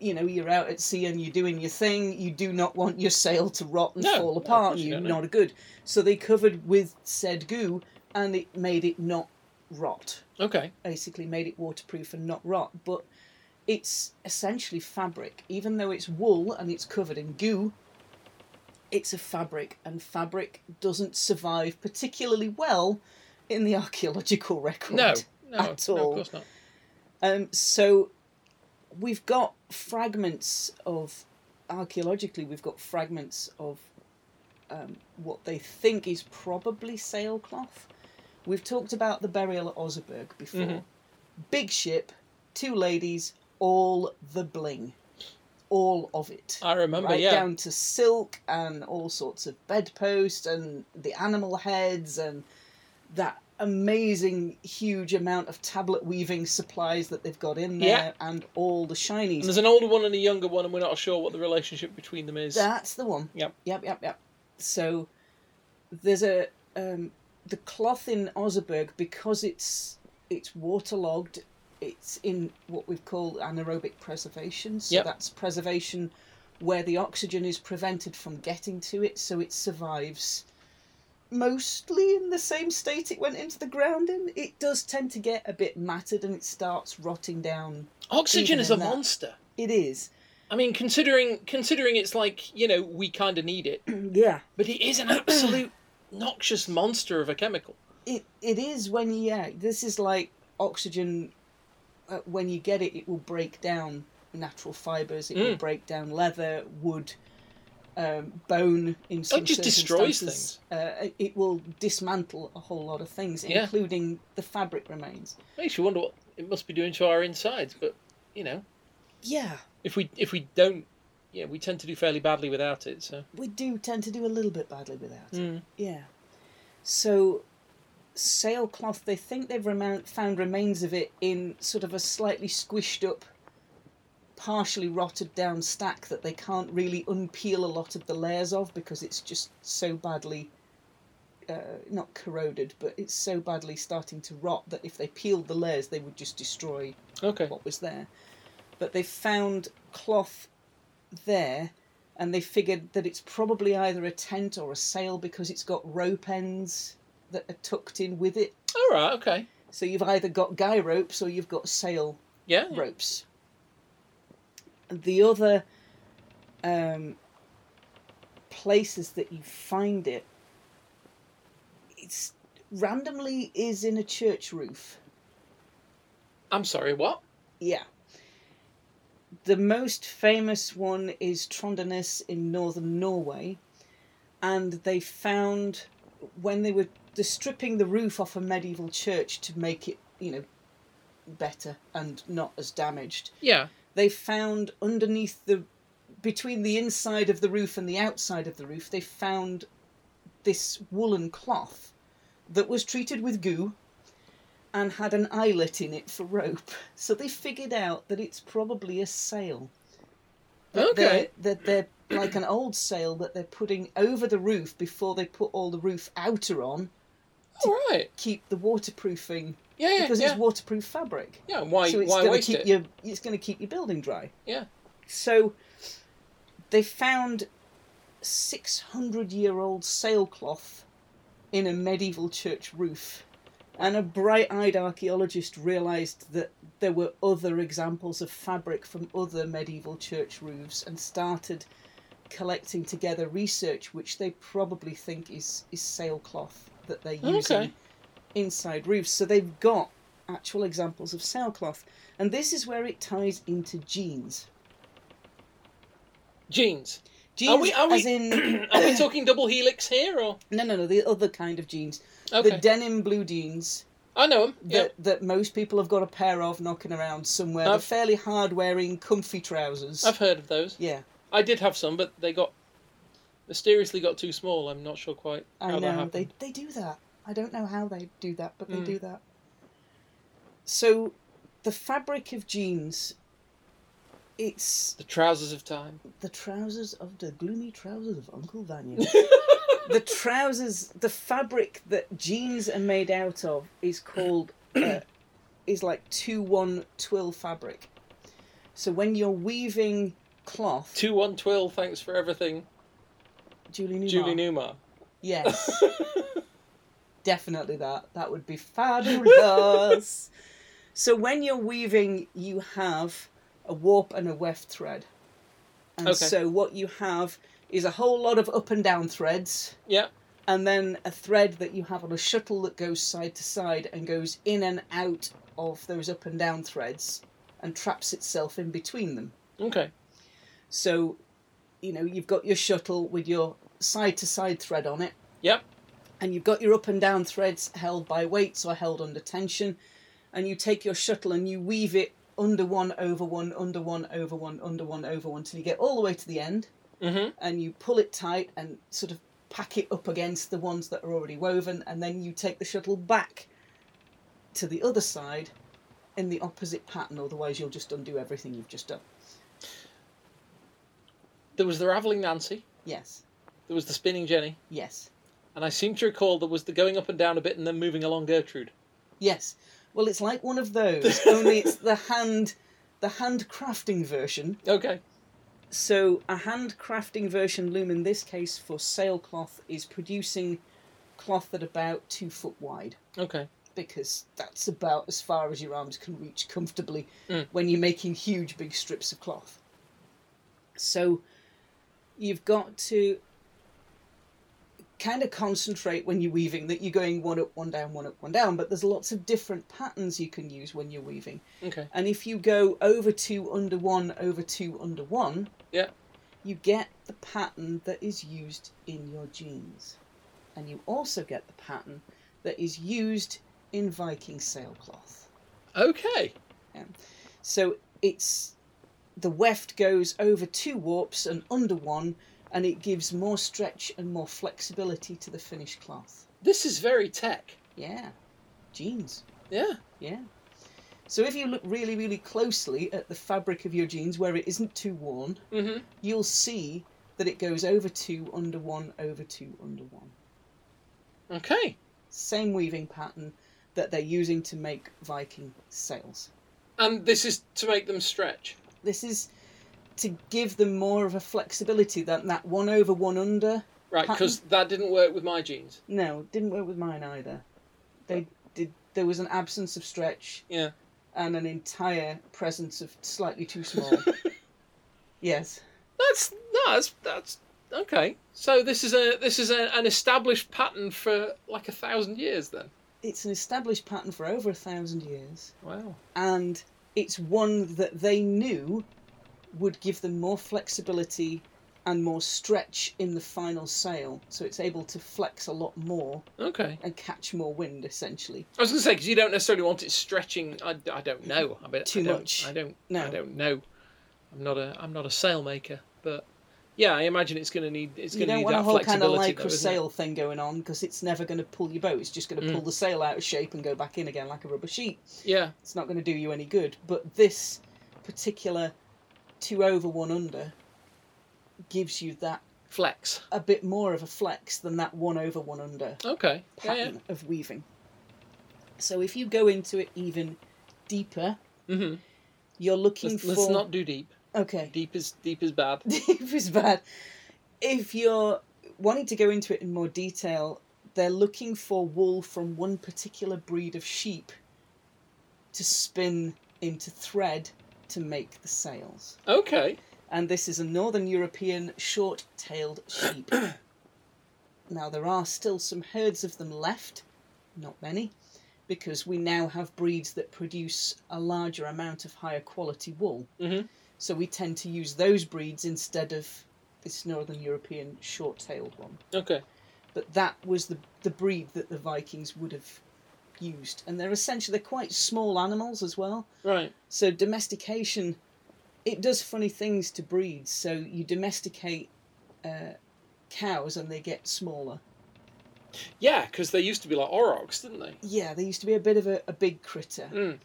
Speaker 1: you know you're out at sea and you're doing your thing you do not want your sail to rot and
Speaker 3: No, no,
Speaker 1: fall
Speaker 3: of
Speaker 1: apart
Speaker 3: course you
Speaker 1: you're
Speaker 3: don't, no.
Speaker 1: not good so they covered with said goo and it made it not rot.
Speaker 3: Okay.
Speaker 1: Basically, made it waterproof and not rot. But it's essentially fabric, even though it's wool and it's covered in goo. It's a fabric, and fabric doesn't survive particularly well in the archaeological record.
Speaker 3: No. No,
Speaker 1: At
Speaker 3: no,
Speaker 1: all.
Speaker 3: of course not.
Speaker 1: Um, so we've got fragments of archaeologically, we've got fragments of um, what they think is probably sailcloth. We've talked about the burial at Oseberg before.
Speaker 3: Mhm.
Speaker 1: Big ship, two ladies, all the bling, all of it.
Speaker 3: I remember,
Speaker 1: right
Speaker 3: yeah.
Speaker 1: down to silk and all sorts of bedposts and the animal heads and that amazing huge amount of tablet weaving supplies that they've got in there and all the
Speaker 3: And
Speaker 1: shinies.
Speaker 3: there's an older one and a younger one, and we're not sure what the relationship between them is.
Speaker 1: That's the one.
Speaker 3: Yep.
Speaker 1: Yep, yep, yep. So there's a um, the cloth in Oseberg because it's it's waterlogged. It's in what we call anaerobic preservation. So
Speaker 3: Yep.
Speaker 1: that's preservation where the oxygen is prevented from getting to it, so it survives mostly in the same state it went into the ground in. It does tend to get a bit matted and it starts rotting down.
Speaker 3: Oxygen
Speaker 1: Even
Speaker 3: is a
Speaker 1: in that.
Speaker 3: monster.
Speaker 1: It is.
Speaker 3: I mean, considering considering it's like you know we kind of need it,
Speaker 1: Yeah.
Speaker 3: but it is an absolute noxious monster of a chemical.
Speaker 1: it it is when you yeah this is like oxygen uh, when you get it it will break down natural fibers it will
Speaker 3: Mm.
Speaker 1: break down leather wood um, bone in some
Speaker 3: just destroys
Speaker 1: circumstances. uh, it will dismantle a whole lot of things
Speaker 3: Yeah.
Speaker 1: including the fabric remains
Speaker 3: Makes you wonder what it must be doing to our insides. But you know,
Speaker 1: yeah
Speaker 3: if we if we don't, yeah, we tend to do fairly badly without it. So
Speaker 1: we do tend to do a little bit badly without it
Speaker 3: Mm.
Speaker 1: yeah so sailcloth they think they've remou- found remains of it in sort of a slightly squished up partially rotted down stack that they can't really unpeel a lot of the layers of because it's just so badly uh, not corroded but it's so badly starting to rot that if they peeled the layers they would just destroy
Speaker 3: okay,
Speaker 1: what was there. But they found cloth there and they figured that it's probably either a tent or a sail because it's got rope ends that are tucked in with it.
Speaker 3: all right, okay,
Speaker 1: So you've either got guy ropes or you've got sail
Speaker 3: yeah,
Speaker 1: ropes. The other um, places that you find it, it's randomly is in a church roof.
Speaker 3: I'm sorry, what?
Speaker 1: Yeah. The most famous one is Trondenes in northern Norway, and they found when they were the stripping the roof off a medieval church to make it, you know, better and not as damaged.
Speaker 3: Yeah,
Speaker 1: They found underneath the between the inside of the roof and the outside of the roof, they found this woolen cloth that was treated with goo and had an eyelet in it for rope. So they figured out that it's probably a sail. That
Speaker 3: okay,
Speaker 1: They're, that they're like an old sail that they're putting over the roof before they put all the roof outer on,
Speaker 3: all right,
Speaker 1: keep the waterproofing
Speaker 3: yeah, yeah,
Speaker 1: because
Speaker 3: yeah.
Speaker 1: it's waterproof fabric.
Speaker 3: yeah, why
Speaker 1: so it's
Speaker 3: why
Speaker 1: going to
Speaker 3: waste
Speaker 1: keep
Speaker 3: it?
Speaker 1: your it's going to keep your building dry.
Speaker 3: Yeah.
Speaker 1: So they found 600 year old sailcloth in a medieval church roof. And a bright eyed archaeologist realised that there were other examples of fabric from other medieval church roofs and started collecting together research which they probably think is, is sailcloth that they're using
Speaker 3: Okay.
Speaker 1: inside roofs. So they've got actual examples of sailcloth. And this is where it ties into jeans.
Speaker 3: Jeans.
Speaker 1: Jeans
Speaker 3: we- are we-
Speaker 1: as in
Speaker 3: Are we talking double helix here, or
Speaker 1: No, no, no. The other kind of jeans, the
Speaker 3: okay?
Speaker 1: denim blue jeans
Speaker 3: I know them.
Speaker 1: that
Speaker 3: Yeah.
Speaker 1: that most people have got a pair of knocking around somewhere. They're
Speaker 3: I've-
Speaker 1: fairly hard wearing, comfy trousers.
Speaker 3: I've heard of those.
Speaker 1: Yeah,
Speaker 3: I did have some, but they got mysteriously got too small. I'm not sure quite
Speaker 1: I
Speaker 3: how that
Speaker 1: know
Speaker 3: happened.
Speaker 1: they um, they do that. I don't know how they do that, but they
Speaker 3: Mm.
Speaker 1: do that. So, the fabric of jeans. It's
Speaker 3: The trousers of time.
Speaker 1: the trousers of the gloomy trousers of Uncle Vanya. the trousers, the fabric that jeans are made out of is called, uh, is like 2 1 twill fabric. So when you're weaving cloth,
Speaker 3: Two one twill. Thanks for everything,
Speaker 1: Julie Newmar.
Speaker 3: Julie Newmar.
Speaker 1: Yes. definitely that. That would be fabulous. so when you're weaving, you have a warp and a weft thread. And
Speaker 3: Okay.
Speaker 1: so what you have is a whole lot of up and down threads
Speaker 3: Yeah.
Speaker 1: and then a thread that you have on a shuttle that goes side to side and goes in and out of those up and down threads and traps itself in between them.
Speaker 3: Okay.
Speaker 1: So, you know, you've got your shuttle with your side to side thread on it,
Speaker 3: Yep.
Speaker 1: and you've got your up and down threads held by weights or held under tension, and you take your shuttle and you weave it under one, over one, under one, over one, under one, over one, till you get all the way to the end
Speaker 3: Mhm.
Speaker 1: and you pull it tight and sort of pack it up against the ones that are already woven, and then you take the shuttle back to the other side in the opposite pattern, otherwise, you'll just undo everything you've just done.
Speaker 3: There was the raveling Nancy.
Speaker 1: Yes,
Speaker 3: There was the spinning Jenny.
Speaker 1: yes,
Speaker 3: And I seem to recall there was the going up and down a bit and then moving along Gertrude.
Speaker 1: yes. Well, it's like one of those, only it's the hand. The hand crafting version.
Speaker 3: Okay.
Speaker 1: So, a hand crafting version loom in this case for sailcloth is producing cloth at about two foot wide.
Speaker 3: Okay.
Speaker 1: because that's about as far as your arms can reach comfortably
Speaker 3: Mm.
Speaker 1: when you're making huge big strips of cloth. So you've got to kind of concentrate when you're weaving that you're going one up, one down, one up, one down, but there's lots of different patterns you can use when you're weaving.
Speaker 3: Okay.
Speaker 1: And if you go over two, under one, over two, under one,
Speaker 3: Yeah.
Speaker 1: you get the pattern that is used in your jeans. And you also get the pattern that is used in Viking sailcloth.
Speaker 3: Okay.
Speaker 1: So it's the weft goes over two warps and under one, and it gives more stretch and more flexibility to the finished cloth.
Speaker 3: This is very tech.
Speaker 1: Yeah, jeans.
Speaker 3: Yeah.
Speaker 1: Yeah. So if you look really, really closely at the fabric of your jeans where it isn't too worn,
Speaker 3: Mhm.
Speaker 1: you'll see that it goes over two, under one, over two, under one.
Speaker 3: Okay.
Speaker 1: Same weaving pattern that they're using to make Viking sails.
Speaker 3: And this is to make them stretch.
Speaker 1: This is to give them more of a flexibility than that one over, one under.
Speaker 3: Right, because that didn't work with my jeans.
Speaker 1: No, didn't work with mine either. They did. There was an absence of stretch.
Speaker 3: Yeah.
Speaker 1: And an entire presence of slightly too small. yes.
Speaker 3: That's no, that's that's okay. So this is a this is a, an established pattern for like a thousand years then.
Speaker 1: it's an established pattern for over a thousand years,
Speaker 3: Wow.
Speaker 1: and it's one that they knew would give them more flexibility and more stretch in the final sail, so it's able to flex a lot more
Speaker 3: Okay.
Speaker 1: and catch more wind essentially.
Speaker 3: I was going to say because you don't necessarily want it stretching. I, I don't know. I mean,
Speaker 1: Too
Speaker 3: I don't,
Speaker 1: much.
Speaker 3: I don't.
Speaker 1: No.
Speaker 3: I don't know. I'm not a I'm not a sailmaker, but yeah, I imagine it's going to need it's
Speaker 1: You
Speaker 3: going to
Speaker 1: don't
Speaker 3: need
Speaker 1: want a
Speaker 3: that
Speaker 1: whole kind of
Speaker 3: flexibility.
Speaker 1: lycra
Speaker 3: though, isn't it? Mm.
Speaker 1: sail thing going on because it's never going to pull your boat. It's just going to pull the sail out of shape and go back in again like a rubber sheet.
Speaker 3: Yeah.
Speaker 1: It's not going to do you any good. But this particular two over one under gives you that
Speaker 3: Flex.
Speaker 1: a bit more of a flex than that one over one under
Speaker 3: Okay. Yeah, yeah.
Speaker 1: pattern of weaving. So if you go into it even deeper,
Speaker 3: Mm-hmm.
Speaker 1: you're looking
Speaker 3: Let's,
Speaker 1: for
Speaker 3: let's not do deep.
Speaker 1: okay.
Speaker 3: Deep is deep is bad.
Speaker 1: Deep is bad. If you're wanting to go into it in more detail, they're looking for wool from one particular breed of sheep to spin into thread to make the sails.
Speaker 3: Okay.
Speaker 1: and this is a northern European short tailed sheep. now, there are still some herds of them left, not many, because we now have breeds that produce a larger amount of higher quality wool.
Speaker 3: Mhm.
Speaker 1: So we tend to use those breeds instead of this northern European short tailed one.
Speaker 3: Okay.
Speaker 1: But that was the, the breed that the Vikings would have used. And they're essentially they're quite small animals as well.
Speaker 3: Right.
Speaker 1: So domestication, it does funny things to breeds. So you domesticate uh, cows and they get smaller.
Speaker 3: Yeah, because they used to be like aurochs, didn't they?
Speaker 1: Yeah, they used to be a bit of a, a big critter.
Speaker 3: Mm.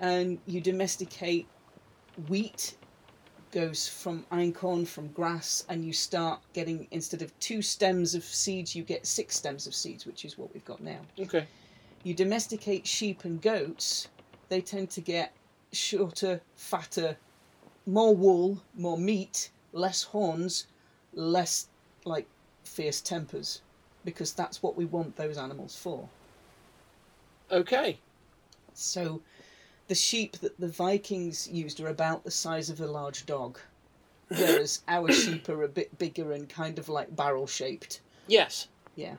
Speaker 1: And you domesticate wheat, goes from einkorn, from grass, and you start getting, instead of two stems of seeds, you get six stems of seeds, which is what we've got now.
Speaker 3: Okay.
Speaker 1: You domesticate sheep and goats, they tend to get shorter, fatter, more wool, more meat, less horns, less like fierce tempers, because that's what we want those animals for.
Speaker 4: Okay.
Speaker 1: So, the sheep that the Vikings used are about the size of a large dog, whereas our sheep are a bit bigger and kind of like barrel shaped.
Speaker 3: Yes.
Speaker 1: Yeah.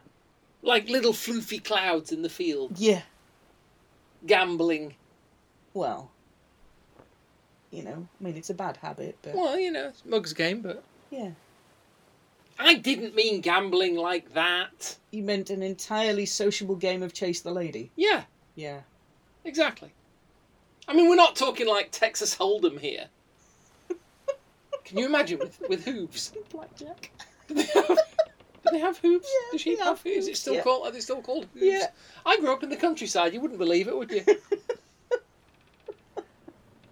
Speaker 3: Like little floofy clouds in the field,
Speaker 1: Yeah.
Speaker 3: gambling.
Speaker 1: Well, you know, I mean, it's a bad habit, but
Speaker 4: Well, you know, it's Mug's game, but
Speaker 1: yeah.
Speaker 3: I didn't mean gambling like that.
Speaker 1: You meant an entirely sociable game of chase the lady.
Speaker 3: Yeah,
Speaker 1: Yeah.
Speaker 3: exactly. I mean, we're not talking like Texas Hold'em here. Can you imagine with, with hooves?
Speaker 1: Blackjack.
Speaker 3: Do they have, do they have hooves?
Speaker 1: Yeah,
Speaker 3: do sheep
Speaker 1: they
Speaker 3: have,
Speaker 1: have
Speaker 3: hooves? Is it
Speaker 1: hooves,
Speaker 3: still
Speaker 1: yeah.
Speaker 3: called? Are they still called hooves?
Speaker 1: Yeah.
Speaker 3: I grew up in the countryside. You wouldn't believe it, would you?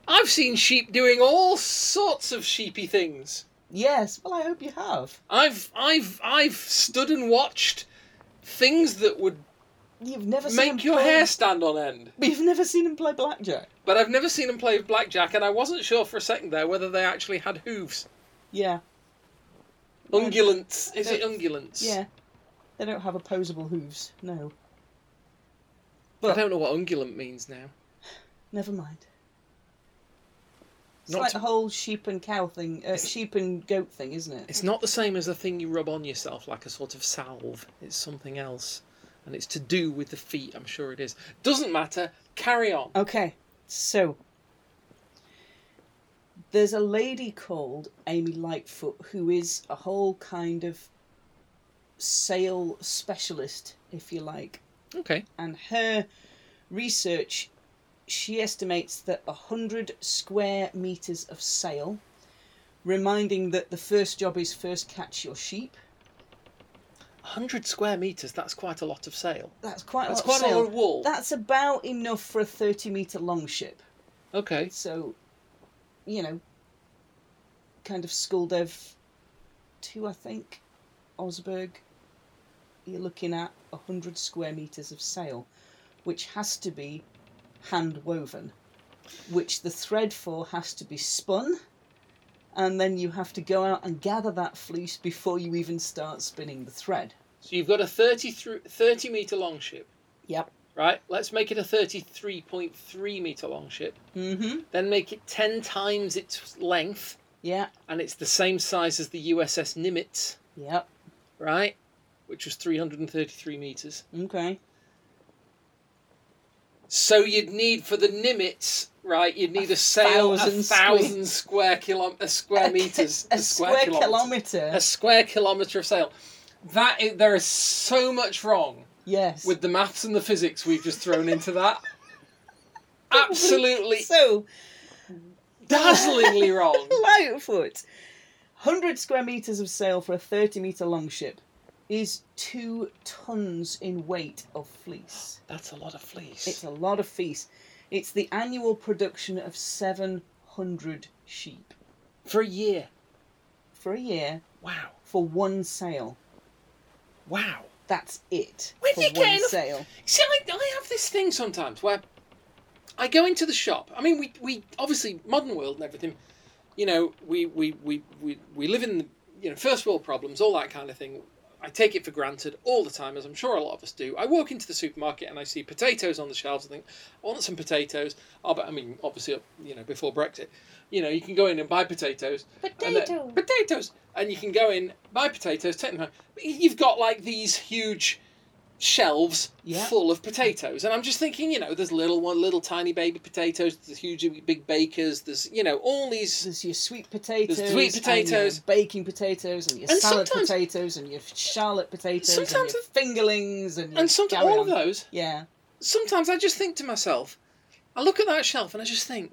Speaker 3: I've seen sheep doing all sorts of sheepy things.
Speaker 1: Yes. Well, I hope you have.
Speaker 3: I've I've I've stood and watched things that would
Speaker 1: You've never seen him
Speaker 3: make your
Speaker 1: play...
Speaker 3: hair stand on end.
Speaker 1: But you've never seen him play blackjack.
Speaker 3: But I've never seen them play blackjack, and I wasn't sure for a second there whether they actually had hooves.
Speaker 1: Yeah.
Speaker 3: Ungulants. Is it ungulants?
Speaker 1: Yeah. They don't have opposable hooves. No.
Speaker 3: I don't know what ungulant means now.
Speaker 1: Never mind. It's
Speaker 4: Not
Speaker 1: like
Speaker 4: to-
Speaker 1: the whole sheep and cow thing, uh, sheep and goat thing, isn't it?
Speaker 4: It's not the same as the thing you rub on yourself, like a sort of salve. It's something else. And it's to do with the feet, I'm sure it is.
Speaker 3: Doesn't matter. Carry on.
Speaker 1: Okay, so there's a lady called Amy Lightfoot who is a whole kind of sale specialist, if you like,
Speaker 4: Okay.
Speaker 1: and her research she estimates that 100 square meters of sail reminding that the first job is first catch your sheep
Speaker 4: 100 square metres, that's quite a lot of sail.
Speaker 1: that's quite a
Speaker 3: That's
Speaker 1: lot of
Speaker 3: quite a
Speaker 1: sail.
Speaker 3: lot of wool.
Speaker 1: that's about enough for a 30 meter long ship
Speaker 4: Okay.
Speaker 1: so you know kind of school dev 2 i think osberg you're looking at 100 square meters of sail which has to be hand woven which the thread for has to be spun and then you have to go out and gather that fleece before you even start spinning the thread
Speaker 3: So you've got a 30, thro- 30 metre long ship,
Speaker 1: yep
Speaker 3: right? Let's make it a 33.3 metre long ship.
Speaker 1: mm-hmm
Speaker 3: Then make it 10 times its length,
Speaker 1: yeah
Speaker 3: and it's the same size as the USS Nimitz,
Speaker 1: yep
Speaker 3: right? Which was 333 metres.
Speaker 1: okay
Speaker 3: So you'd need for the Nimitz, right? You'd need a, sail a
Speaker 1: thousand
Speaker 3: thousand square kilometer, square meters,
Speaker 1: a square kilometer
Speaker 3: a square kilometer of sail. That is, there is so much wrong
Speaker 1: yes
Speaker 3: with the maths and the physics we've just thrown into that. Absolutely
Speaker 1: so
Speaker 3: dazzlingly wrong.
Speaker 1: Lightfoot. 100 square metres of sail for a 30 metre long ship is two tons in weight of fleece.
Speaker 3: That's a lot of fleece.
Speaker 1: It's a lot of fleece. It's the annual production of 700 sheep
Speaker 3: for a year.
Speaker 1: for a year
Speaker 3: Wow!
Speaker 1: for one sail.
Speaker 3: Wow!
Speaker 1: That's it.
Speaker 3: Where'd
Speaker 1: for
Speaker 3: you get
Speaker 1: one
Speaker 3: enough-
Speaker 1: sail.
Speaker 3: See, I, I have this thing sometimes where I go into the shop. I mean, we, we obviously modern world and everything. You know, we we, we, we we live in the you know first world problems, all that kind of thing. I take it for granted all the time, as I'm sure a lot of us do. I walk into the supermarket and I see potatoes on the shelves. I think I want some potatoes. Oh, but I mean, obviously, you know, before Brexit, you know, you can go in and buy potatoes. and they're-
Speaker 1: Potato.
Speaker 3: potatoes, and you can go in buy potatoes. Take them home. But You've got like these huge shelves
Speaker 1: Yeah.
Speaker 3: full of potatoes, and I'm just thinking, you know, there's little one, little tiny baby potatoes. There's huge big bakers. There's you know all these.
Speaker 1: There's your sweet potatoes,
Speaker 3: There's sweet
Speaker 1: and your
Speaker 3: potatoes.
Speaker 1: baking potatoes, and your
Speaker 3: And
Speaker 1: salad
Speaker 3: sometimes-
Speaker 1: potatoes, and your Charlotte potatoes,
Speaker 3: Sometimes
Speaker 1: and your fingerlings, and, your
Speaker 3: And some
Speaker 1: carry
Speaker 3: all
Speaker 1: on.
Speaker 3: of those.
Speaker 1: Yeah,
Speaker 3: Sometimes I just think to myself, I look at that shelf and I just think,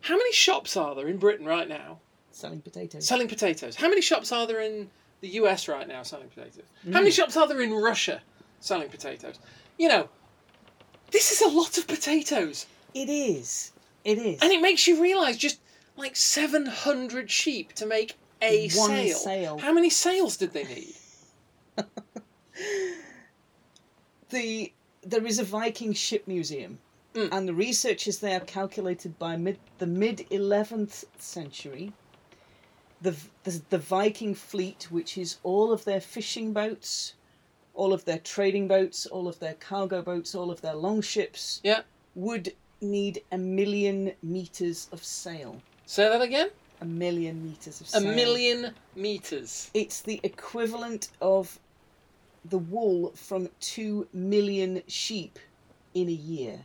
Speaker 3: how many shops are there in Britain right now
Speaker 1: selling potatoes.
Speaker 3: selling potatoes? How many shops are there in the US right now selling potatoes? How
Speaker 1: Hmm.
Speaker 3: many shops are there in Russia selling potatoes? You know, this is a lot of potatoes.
Speaker 1: It is. It is.
Speaker 3: And it makes you realise just like 700 sheep to make a
Speaker 1: One
Speaker 3: sale.
Speaker 1: sale.
Speaker 3: How many sales did they need?
Speaker 1: the there is a Viking ship museum,
Speaker 3: Mm.
Speaker 1: and the researchers there calculated by mid the mid eleventh century. The, the the Viking fleet, which is all of their fishing boats, all of their trading boats, all of their cargo boats, all of their longships
Speaker 3: Yeah.
Speaker 1: would need a million meters of sail.
Speaker 3: Say that again.
Speaker 1: A million meters of
Speaker 3: A
Speaker 1: sail.
Speaker 3: million meters.
Speaker 1: It's the equivalent of the wool from two million sheep in a year.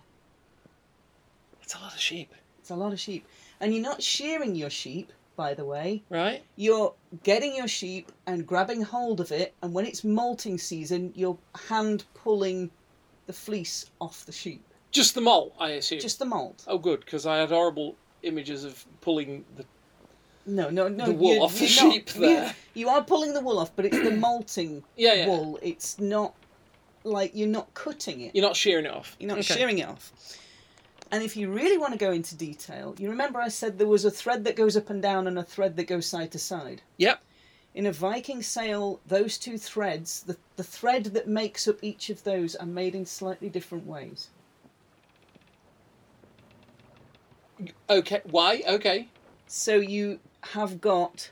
Speaker 3: That's a lot of sheep,
Speaker 1: It's a lot of sheep. And you're not shearing your sheep, by the way.
Speaker 3: right?
Speaker 1: You're getting your sheep and grabbing hold of it, and when it's molting season, you're hand pulling the fleece off the sheep.
Speaker 3: Just the mole, I assume.
Speaker 1: Just the molt.
Speaker 3: Oh, good, because I had horrible images of pulling the.
Speaker 1: No, no, no.
Speaker 3: The wool
Speaker 1: you,
Speaker 3: off the
Speaker 1: you're not-
Speaker 3: sheep there.
Speaker 1: You, you are pulling the wool off, but it's the molting
Speaker 3: Yeah, yeah.
Speaker 1: wool. It's not like you're not cutting it.
Speaker 3: You're not shearing it off.
Speaker 1: You're not
Speaker 3: Okay.
Speaker 1: shearing it off. And if you really want to go into detail, you remember I said there was a thread that goes up and down and a thread that goes side to side.
Speaker 3: Yep.
Speaker 1: In a Viking sail, those two threads, the, the thread that makes up each of those, are made in slightly different ways.
Speaker 3: Okay. Why? Okay.
Speaker 1: So you have got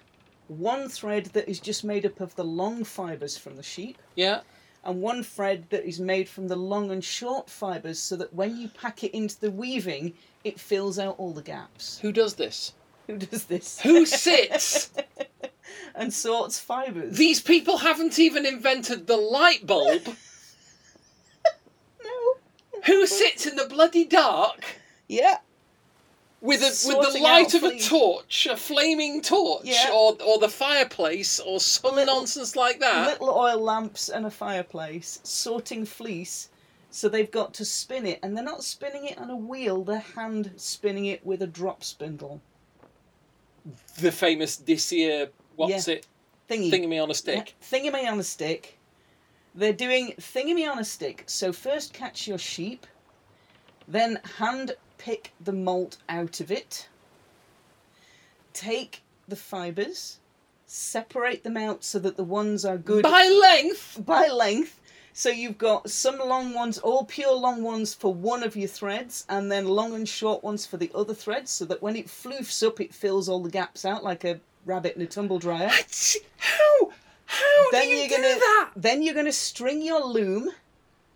Speaker 1: one thread that is just made up of the long fibres from the sheep,
Speaker 3: Yeah.
Speaker 1: and one thread that is made from the long and short fibres so that when you pack it into the weaving, it fills out all the gaps.
Speaker 3: Who does this?
Speaker 1: Who does this?
Speaker 3: Who sits?
Speaker 1: and sorts fibres.
Speaker 3: These people haven't even invented the light bulb.
Speaker 1: No.
Speaker 3: Who sits in the bloody dark
Speaker 1: Yeah.
Speaker 3: with a with the
Speaker 1: Sorting
Speaker 3: light
Speaker 1: out
Speaker 3: of a
Speaker 1: fleas.
Speaker 3: torch, a flaming torch,
Speaker 1: Yeah.
Speaker 3: or or the fireplace, or some nonsense like that?
Speaker 1: Little oil lamps and a fireplace, sorting fleece. So they've got to spin it, and they're not spinning it on a wheel, they're hand spinning it with a drop spindle
Speaker 3: The famous Dissier, what's it?
Speaker 1: thingy.
Speaker 3: Thingamy on a stick.
Speaker 1: Yeah, Thingamy on a stick. They're doing thingamy on a stick. So first catch your sheep, then hand pick the malt out of it. Take the fibres, separate them out so that the ones are good
Speaker 3: By length.
Speaker 1: by length. So you've got some long ones, all pure long ones for one of your threads, and then long and short ones for the other threads, so that when it floofs up, it fills all the gaps out like a rabbit in a tumble dryer
Speaker 3: How? How do you
Speaker 1: you're
Speaker 3: do
Speaker 1: gonna
Speaker 3: that?
Speaker 1: then you're gonna string your loom.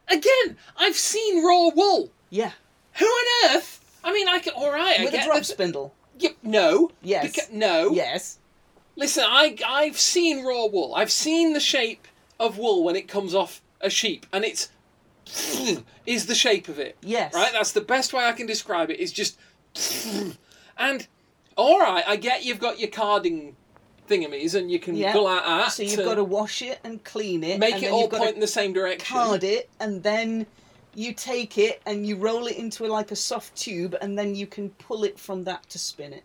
Speaker 3: Again, I've seen raw wool.
Speaker 1: Yeah,
Speaker 3: Who on earth? I mean, I can. All right, I
Speaker 1: with a
Speaker 3: get
Speaker 1: drop
Speaker 3: that-
Speaker 1: spindle.
Speaker 3: Yep, no.
Speaker 1: Yes.
Speaker 3: Beca- no.
Speaker 1: Yes.
Speaker 3: Listen, I I've seen raw wool. I've seen the shape of wool when it comes off a sheep, and it's is the shape of it.
Speaker 1: Yes.
Speaker 3: Right. That's the best way I can describe it. Is just and all right. I get you've got your carding thingamies, and you can
Speaker 1: Yeah.
Speaker 3: pull out that.
Speaker 1: So you've
Speaker 3: to
Speaker 1: got to wash it and clean it.
Speaker 3: make
Speaker 1: and
Speaker 3: it
Speaker 1: then
Speaker 3: all
Speaker 1: you've got
Speaker 3: point in
Speaker 1: to
Speaker 3: the same direction.
Speaker 1: card it, and then you take it and you roll it into like a soft tube, and then you can pull it from that to spin it.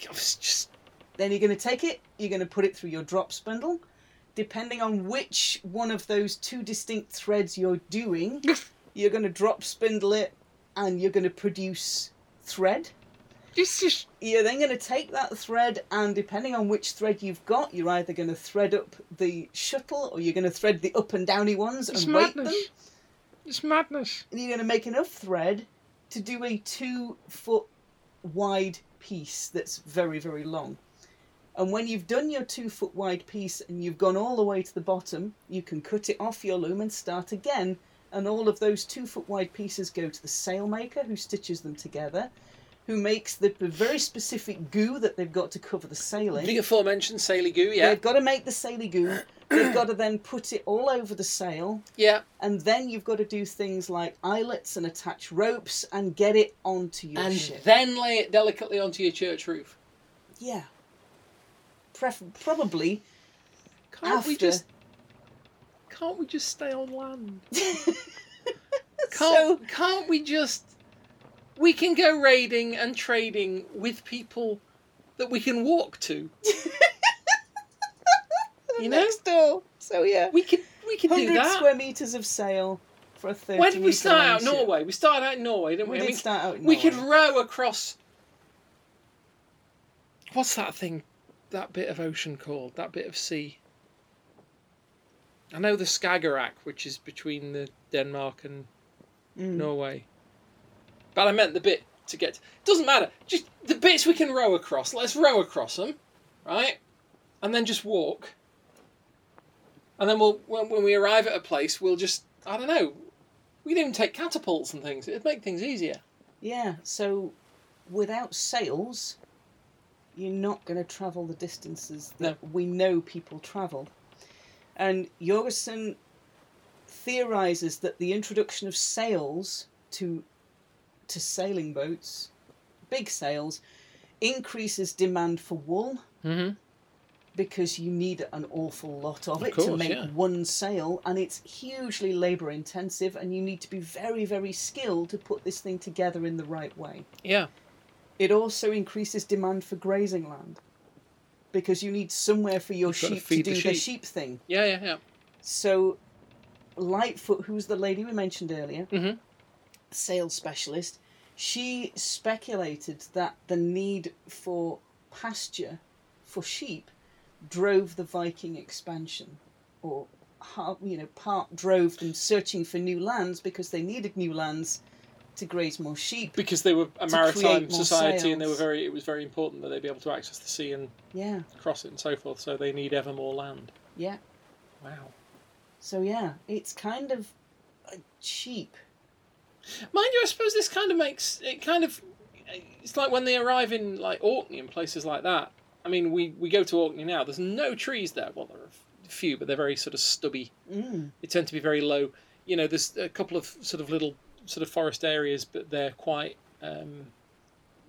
Speaker 3: It's just
Speaker 1: Then you're gonna take it. You're gonna put it through your drop spindle. Depending on which one of those two distinct threads you're doing, you're gonna drop spindle it, and you're gonna produce thread.
Speaker 3: just just
Speaker 1: you're then going to take that thread and depending on which thread you've got you're either going to thread up the shuttle or you're going to thread the up and downy ones and weight them
Speaker 5: It's madness.
Speaker 1: and you're going to make enough thread to do a two foot wide piece that's very very long and when you've done your two foot wide piece and you've gone all the way to the bottom you can cut it off your loom and start again and all of those two foot wide pieces go to the sailmaker who stitches them together who makes the the very specific goo that they've got to cover the sail in
Speaker 3: the aforementioned Sailey Goo. Yeah,
Speaker 1: they've got to make the saily goo they've got to then put it all over the sail
Speaker 3: yeah.
Speaker 1: and then you've got to do things like eyelets and attach ropes and get it onto your
Speaker 3: and
Speaker 1: ship.
Speaker 3: then lay it delicately onto your church roof.
Speaker 1: yeah. Pref- probably
Speaker 5: Can't
Speaker 1: after.
Speaker 5: we just can't we just stay on land?
Speaker 1: so
Speaker 3: Can't can't we just we can go raiding and trading with people that we can walk to. you know,
Speaker 1: next door. So yeah,
Speaker 3: we could we could do
Speaker 1: hundred
Speaker 3: that.
Speaker 1: square meters of sail for a thirty.
Speaker 3: Where did we
Speaker 1: metre
Speaker 3: start
Speaker 1: long
Speaker 3: out?
Speaker 1: ship.
Speaker 3: Norway. We started out in Norway, didn't
Speaker 1: We
Speaker 3: we? And
Speaker 1: did start out. In
Speaker 3: we could
Speaker 1: Norway.
Speaker 3: row across. What's that thing? That bit of ocean called? That bit of sea? I know the Skagerrak, which is between the Denmark and
Speaker 1: Mm.
Speaker 3: Norway. But I meant the bit to get. doesn't matter. Just the bits we can row across. Let's row across them, right? And then just walk. and then we'll when, when we arrive at a place, we'll just I don't know. We can even take catapults and things. It'd make things easier.
Speaker 1: Yeah, so without sales, you're not going to travel the distances that we know people travel. And Jorgensen theorizes that the introduction of sails to to sailing boats, big sails, increases demand for wool
Speaker 6: Mm-hmm.
Speaker 1: because you need an awful lot of,
Speaker 6: Of
Speaker 1: it to
Speaker 6: course,
Speaker 1: make
Speaker 6: yeah.
Speaker 1: one sail and it's hugely labor intensive and you need to be very very skilled to put this thing together in the right way.
Speaker 6: Yeah.
Speaker 1: It also increases demand for grazing land because you need somewhere for your
Speaker 6: You've got to
Speaker 1: sheep to,
Speaker 6: feed
Speaker 1: do
Speaker 6: the
Speaker 1: their
Speaker 6: sheep.
Speaker 1: sheep thing.
Speaker 6: Yeah. Yeah. Yeah.
Speaker 1: So, Lightfoot, who's the lady we mentioned earlier,
Speaker 6: Mhm.
Speaker 1: sales specialist, she speculated that the need for pasture for sheep drove the Viking expansion, or har- you know, part drove them searching for new lands because they needed new lands to graze more sheep.
Speaker 3: Because they were a
Speaker 1: To
Speaker 3: maritime
Speaker 1: create more
Speaker 3: society, and they were
Speaker 1: sails.
Speaker 3: very. It was very important that they be able to access the sea and
Speaker 1: Yeah,
Speaker 3: cross it and so forth. So they need ever more land.
Speaker 1: yeah.
Speaker 3: Wow.
Speaker 1: So yeah, it's kind of uh, cheap.
Speaker 3: Mind you, I suppose this kind of makes it kind of. It's like when they arrive in like Orkney and places like that. I mean, we we go to Orkney now. There's no trees there. Well, there are a few, but they're very sort of stubby.
Speaker 1: Mm.
Speaker 3: They tend to be very low. You know, there's a couple of sort of little sort of forest areas, but they're quite. Um,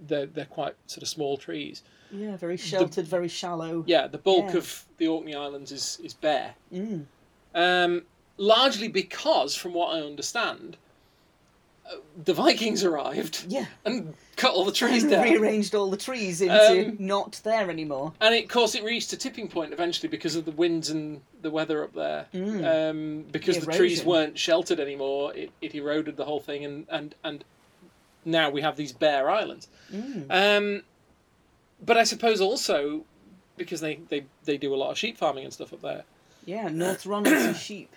Speaker 3: they're, they're quite sort of small trees.
Speaker 1: Yeah, very sheltered, very shallow.
Speaker 3: Yeah, the bulk
Speaker 1: Yeah.
Speaker 3: of the Orkney Islands is, is bare.
Speaker 1: Mm.
Speaker 3: Um, largely because, from what I understand, uh, the Vikings arrived
Speaker 1: Yeah.
Speaker 3: and cut all the trees
Speaker 1: And
Speaker 3: down.
Speaker 1: rearranged all the trees into
Speaker 3: Um,
Speaker 1: not there anymore.
Speaker 3: And it, of course, it reached a tipping point eventually because of the winds and the weather up there.
Speaker 1: Mm.
Speaker 3: Um, because
Speaker 1: The
Speaker 3: the, trees
Speaker 1: erosion.
Speaker 3: weren't sheltered anymore, it, it eroded the whole thing, and, and, and now we have these bare islands.
Speaker 1: Mm.
Speaker 3: Um, but I suppose also because they, they, they do a lot of sheep farming and stuff up there.
Speaker 1: Yeah, North Ronald's sheep.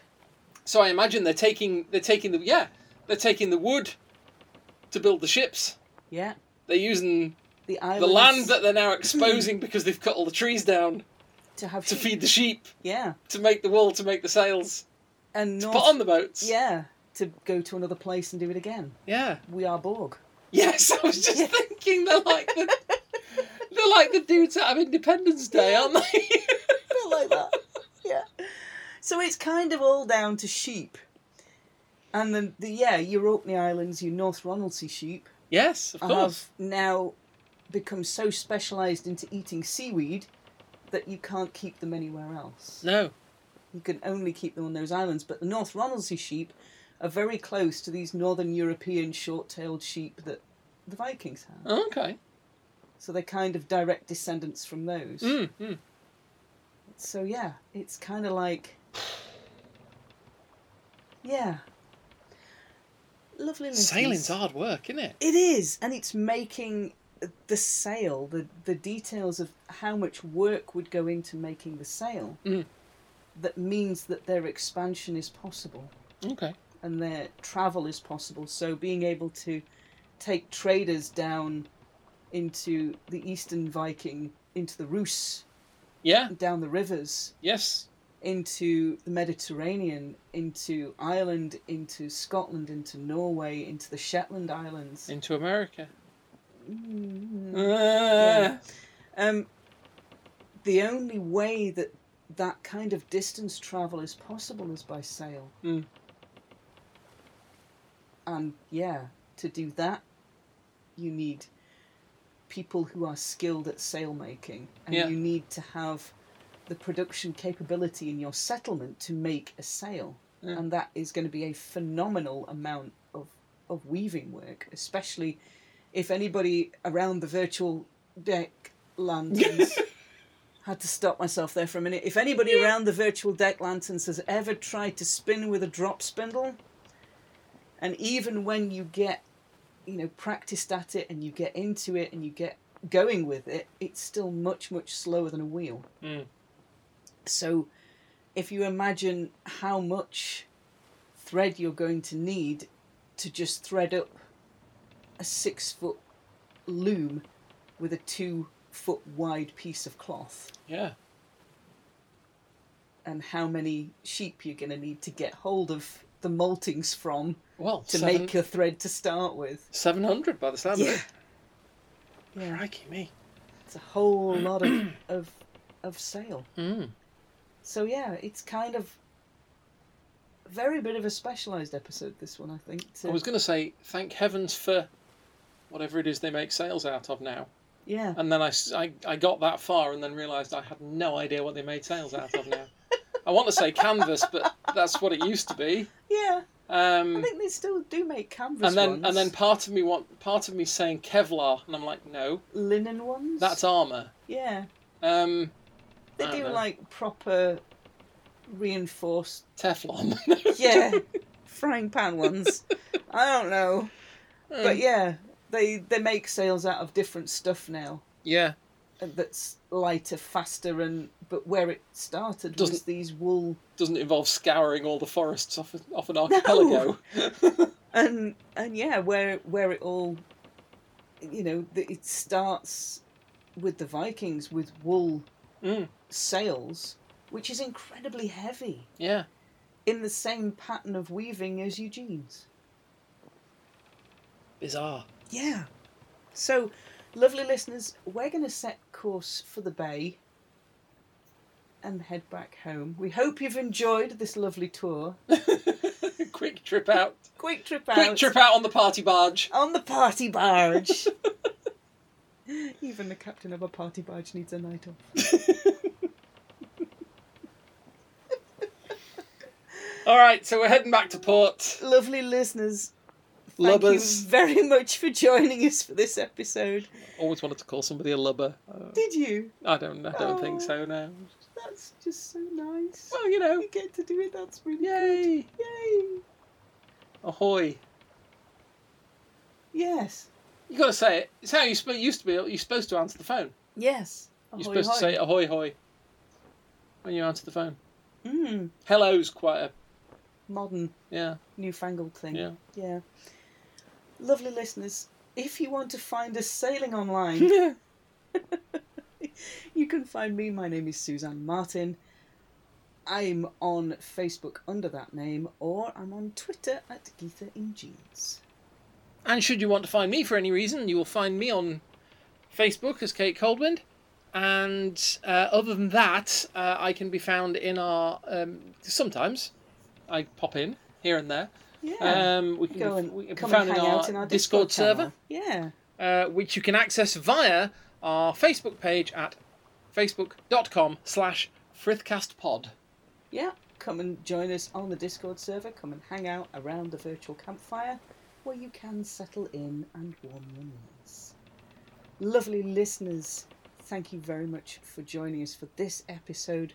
Speaker 3: So I imagine they're taking they're taking the yeah they're taking the wood to build the ships.
Speaker 1: Yeah,
Speaker 3: They're using
Speaker 1: the islands
Speaker 3: the land that they're now exposing because they've cut all the trees down
Speaker 1: to have
Speaker 3: to
Speaker 1: sheep.
Speaker 3: feed the sheep,
Speaker 1: Yeah,
Speaker 3: to make the wool, to make the sails,
Speaker 1: and
Speaker 3: to
Speaker 1: North.
Speaker 3: put on the boats.
Speaker 1: Yeah, to go to another place and do it again.
Speaker 3: Yeah.
Speaker 1: We are Borg.
Speaker 3: Yes, I was just
Speaker 1: Yeah.
Speaker 3: thinking they're like the they're like the dudes out of Independence Day, aren't they?
Speaker 1: Not like that. Yeah. So it's kind of all down to sheep. And then, the, yeah, your Orkney Islands, your North Ronaldsea sheep,
Speaker 3: yes, of
Speaker 1: have
Speaker 3: course.
Speaker 1: now become so specialised into eating seaweed that you can't keep them anywhere else.
Speaker 3: No.
Speaker 1: You can only keep them on those islands. But the North Ronaldsea sheep are very close to these northern European short tailed sheep that the Vikings had.
Speaker 3: Oh, okay.
Speaker 1: So they're kind of direct descendants from those.
Speaker 3: Mm, mm.
Speaker 1: So yeah, it's kind of like. Yeah. Lovely listeners.
Speaker 3: Sailing's hard work, isn't it?
Speaker 1: It is, and it's making the sale, the, the details of how much work would go into making the sale,
Speaker 3: Mm.
Speaker 1: that means that their expansion is possible
Speaker 3: Okay.
Speaker 1: and their travel is possible. So being able to take traders down into the Eastern Viking, into the Rus,
Speaker 3: Yeah.
Speaker 1: down the rivers,
Speaker 3: Yes.
Speaker 1: into the Mediterranean, into Ireland, into Scotland, into Norway, into the Shetland Islands.
Speaker 3: Into America.
Speaker 1: Mm.
Speaker 3: Ah.
Speaker 1: Um, the only way that that kind of distance travel is possible is by sail.
Speaker 3: Mm.
Speaker 1: And yeah, to do that, you need people who are skilled at sail making, and
Speaker 3: Yeah.
Speaker 1: you need to have the production capability in your settlement to make a sail.
Speaker 3: Yeah.
Speaker 1: And that is going to be a phenomenal amount of, of weaving work, especially if anybody around the virtual deck lanterns. Had to stop myself there for a minute. If anybody around the virtual deck lanterns has ever tried to spin with a drop spindle, and even when you get, you know, practiced at it and you get into it and you get going with it, it's still much, much slower than a wheel.
Speaker 3: Mm.
Speaker 1: So if you imagine how much thread you're going to need to just thread up a six foot loom with a two foot wide piece of cloth.
Speaker 3: Yeah.
Speaker 1: and how many sheep you're going to need to get hold of the maltings from
Speaker 3: Well,
Speaker 1: to
Speaker 3: seven,
Speaker 1: make a thread to start with.
Speaker 3: 700 by the sound of
Speaker 1: Yeah.
Speaker 3: it.
Speaker 1: Yeah.
Speaker 3: Crikey me.
Speaker 1: It's a whole lot of of of sale.
Speaker 3: Mm.
Speaker 1: So yeah, it's kind of a very bit of a specialized episode. This one, I think. To,
Speaker 3: I was going to say, thank heavens for whatever it is they make sales out of now.
Speaker 1: yeah,
Speaker 3: And then I, s- I- I got that far and then realised I had no idea what they made sales out of now. I want to say canvas, but that's what it used to be.
Speaker 1: yeah. I
Speaker 3: Um,
Speaker 1: think they still do make canvas
Speaker 3: and then
Speaker 1: ones.
Speaker 3: and then part of me want part of me saying Kevlar, and I'm like, no,
Speaker 1: linen ones.
Speaker 3: that's armor.
Speaker 1: yeah.
Speaker 3: Um,
Speaker 1: They
Speaker 3: I
Speaker 1: do
Speaker 3: don't know.
Speaker 1: like proper reinforced
Speaker 3: Teflon.
Speaker 1: yeah frying pan ones. I don't know,
Speaker 3: Um,
Speaker 1: but yeah, they they make sails out of different stuff now.
Speaker 3: yeah,
Speaker 1: uh, That's lighter, faster, and but where it started was
Speaker 3: Doesn't-
Speaker 1: these wool
Speaker 3: doesn't involve scouring all the forests off, a- off an archipelago.
Speaker 1: and and yeah, where where it all, you know, th- it starts with the Vikings with wool
Speaker 3: Mm.
Speaker 1: sails, which is incredibly heavy
Speaker 3: Yeah,
Speaker 1: in the same pattern of weaving as Eugene's.
Speaker 3: bizarre.
Speaker 1: Yeah. So, lovely listeners, we're going to set course for the bay and head back home. We hope you've enjoyed this lovely tour.
Speaker 3: Quick trip out.
Speaker 1: Quick trip out.
Speaker 3: Quick trip out on the party barge.
Speaker 1: on the party barge. Even the captain of a party barge needs a night off.
Speaker 3: All right, so we're heading back to port.
Speaker 1: Lovely listeners, thank
Speaker 3: Lubbers.
Speaker 1: you very much for joining us for this episode.
Speaker 3: Always wanted to call somebody a lubber. Uh,
Speaker 1: Did you?
Speaker 3: I don't. I don't think
Speaker 1: Oh.
Speaker 3: so now.
Speaker 1: That's just so nice.
Speaker 3: Well, you know.
Speaker 1: You get to do it. That's really
Speaker 3: Yay!
Speaker 1: yay.
Speaker 3: Ahoy!
Speaker 1: Yes.
Speaker 3: You got to say it. It's how you sp- used to be. You're supposed to answer the phone.
Speaker 1: Yes.
Speaker 3: You're supposed to say ahoy hoy when you answer the phone.
Speaker 1: Mm,
Speaker 3: Hello's quite a
Speaker 1: modern,
Speaker 3: yeah
Speaker 1: newfangled thing.
Speaker 3: yeah.
Speaker 1: yeah. Lovely listeners, if you want to find us sailing online,
Speaker 3: yeah.
Speaker 1: You can find me. My name is Suzanne Martin. I'm on Facebook under that name, or I'm on Twitter at Geetha in Jeans.
Speaker 3: And should you want to find me for any reason, you will find me on Facebook as Kate Coldwind. And uh, other than that, uh, I can be found in our um, sometimes I pop in here and there.
Speaker 1: Yeah.
Speaker 3: Um, we can
Speaker 1: Go
Speaker 3: be-
Speaker 1: and
Speaker 3: we can be
Speaker 1: come
Speaker 3: found
Speaker 1: and hang
Speaker 3: in, our
Speaker 1: out in our
Speaker 3: Discord,
Speaker 1: Discord,
Speaker 3: server.
Speaker 1: channel. Yeah.
Speaker 3: uh, which you can access via our Facebook page at facebook.com slash frithcastpod.
Speaker 1: Yeah. Come and join us on the Discord server. Come and hang out around the virtual campfire where you can settle in and warm your knees. Lovely listeners, thank you very much for joining us for this episode.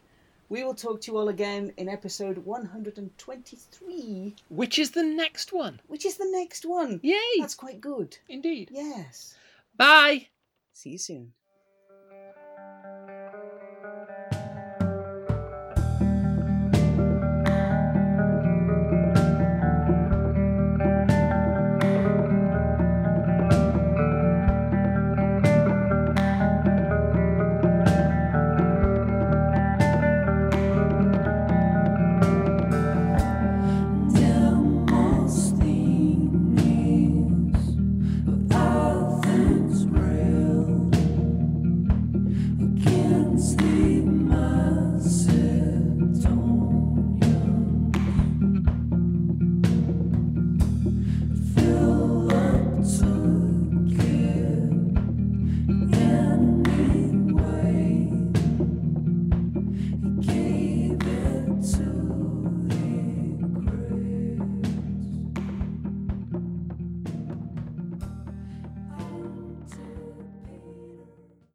Speaker 1: We will talk to you all again in episode 123.
Speaker 3: Which is the next one.
Speaker 1: which is the next one.
Speaker 3: Yay!
Speaker 1: That's quite good.
Speaker 3: Indeed.
Speaker 1: Yes.
Speaker 3: Bye!
Speaker 1: See you soon.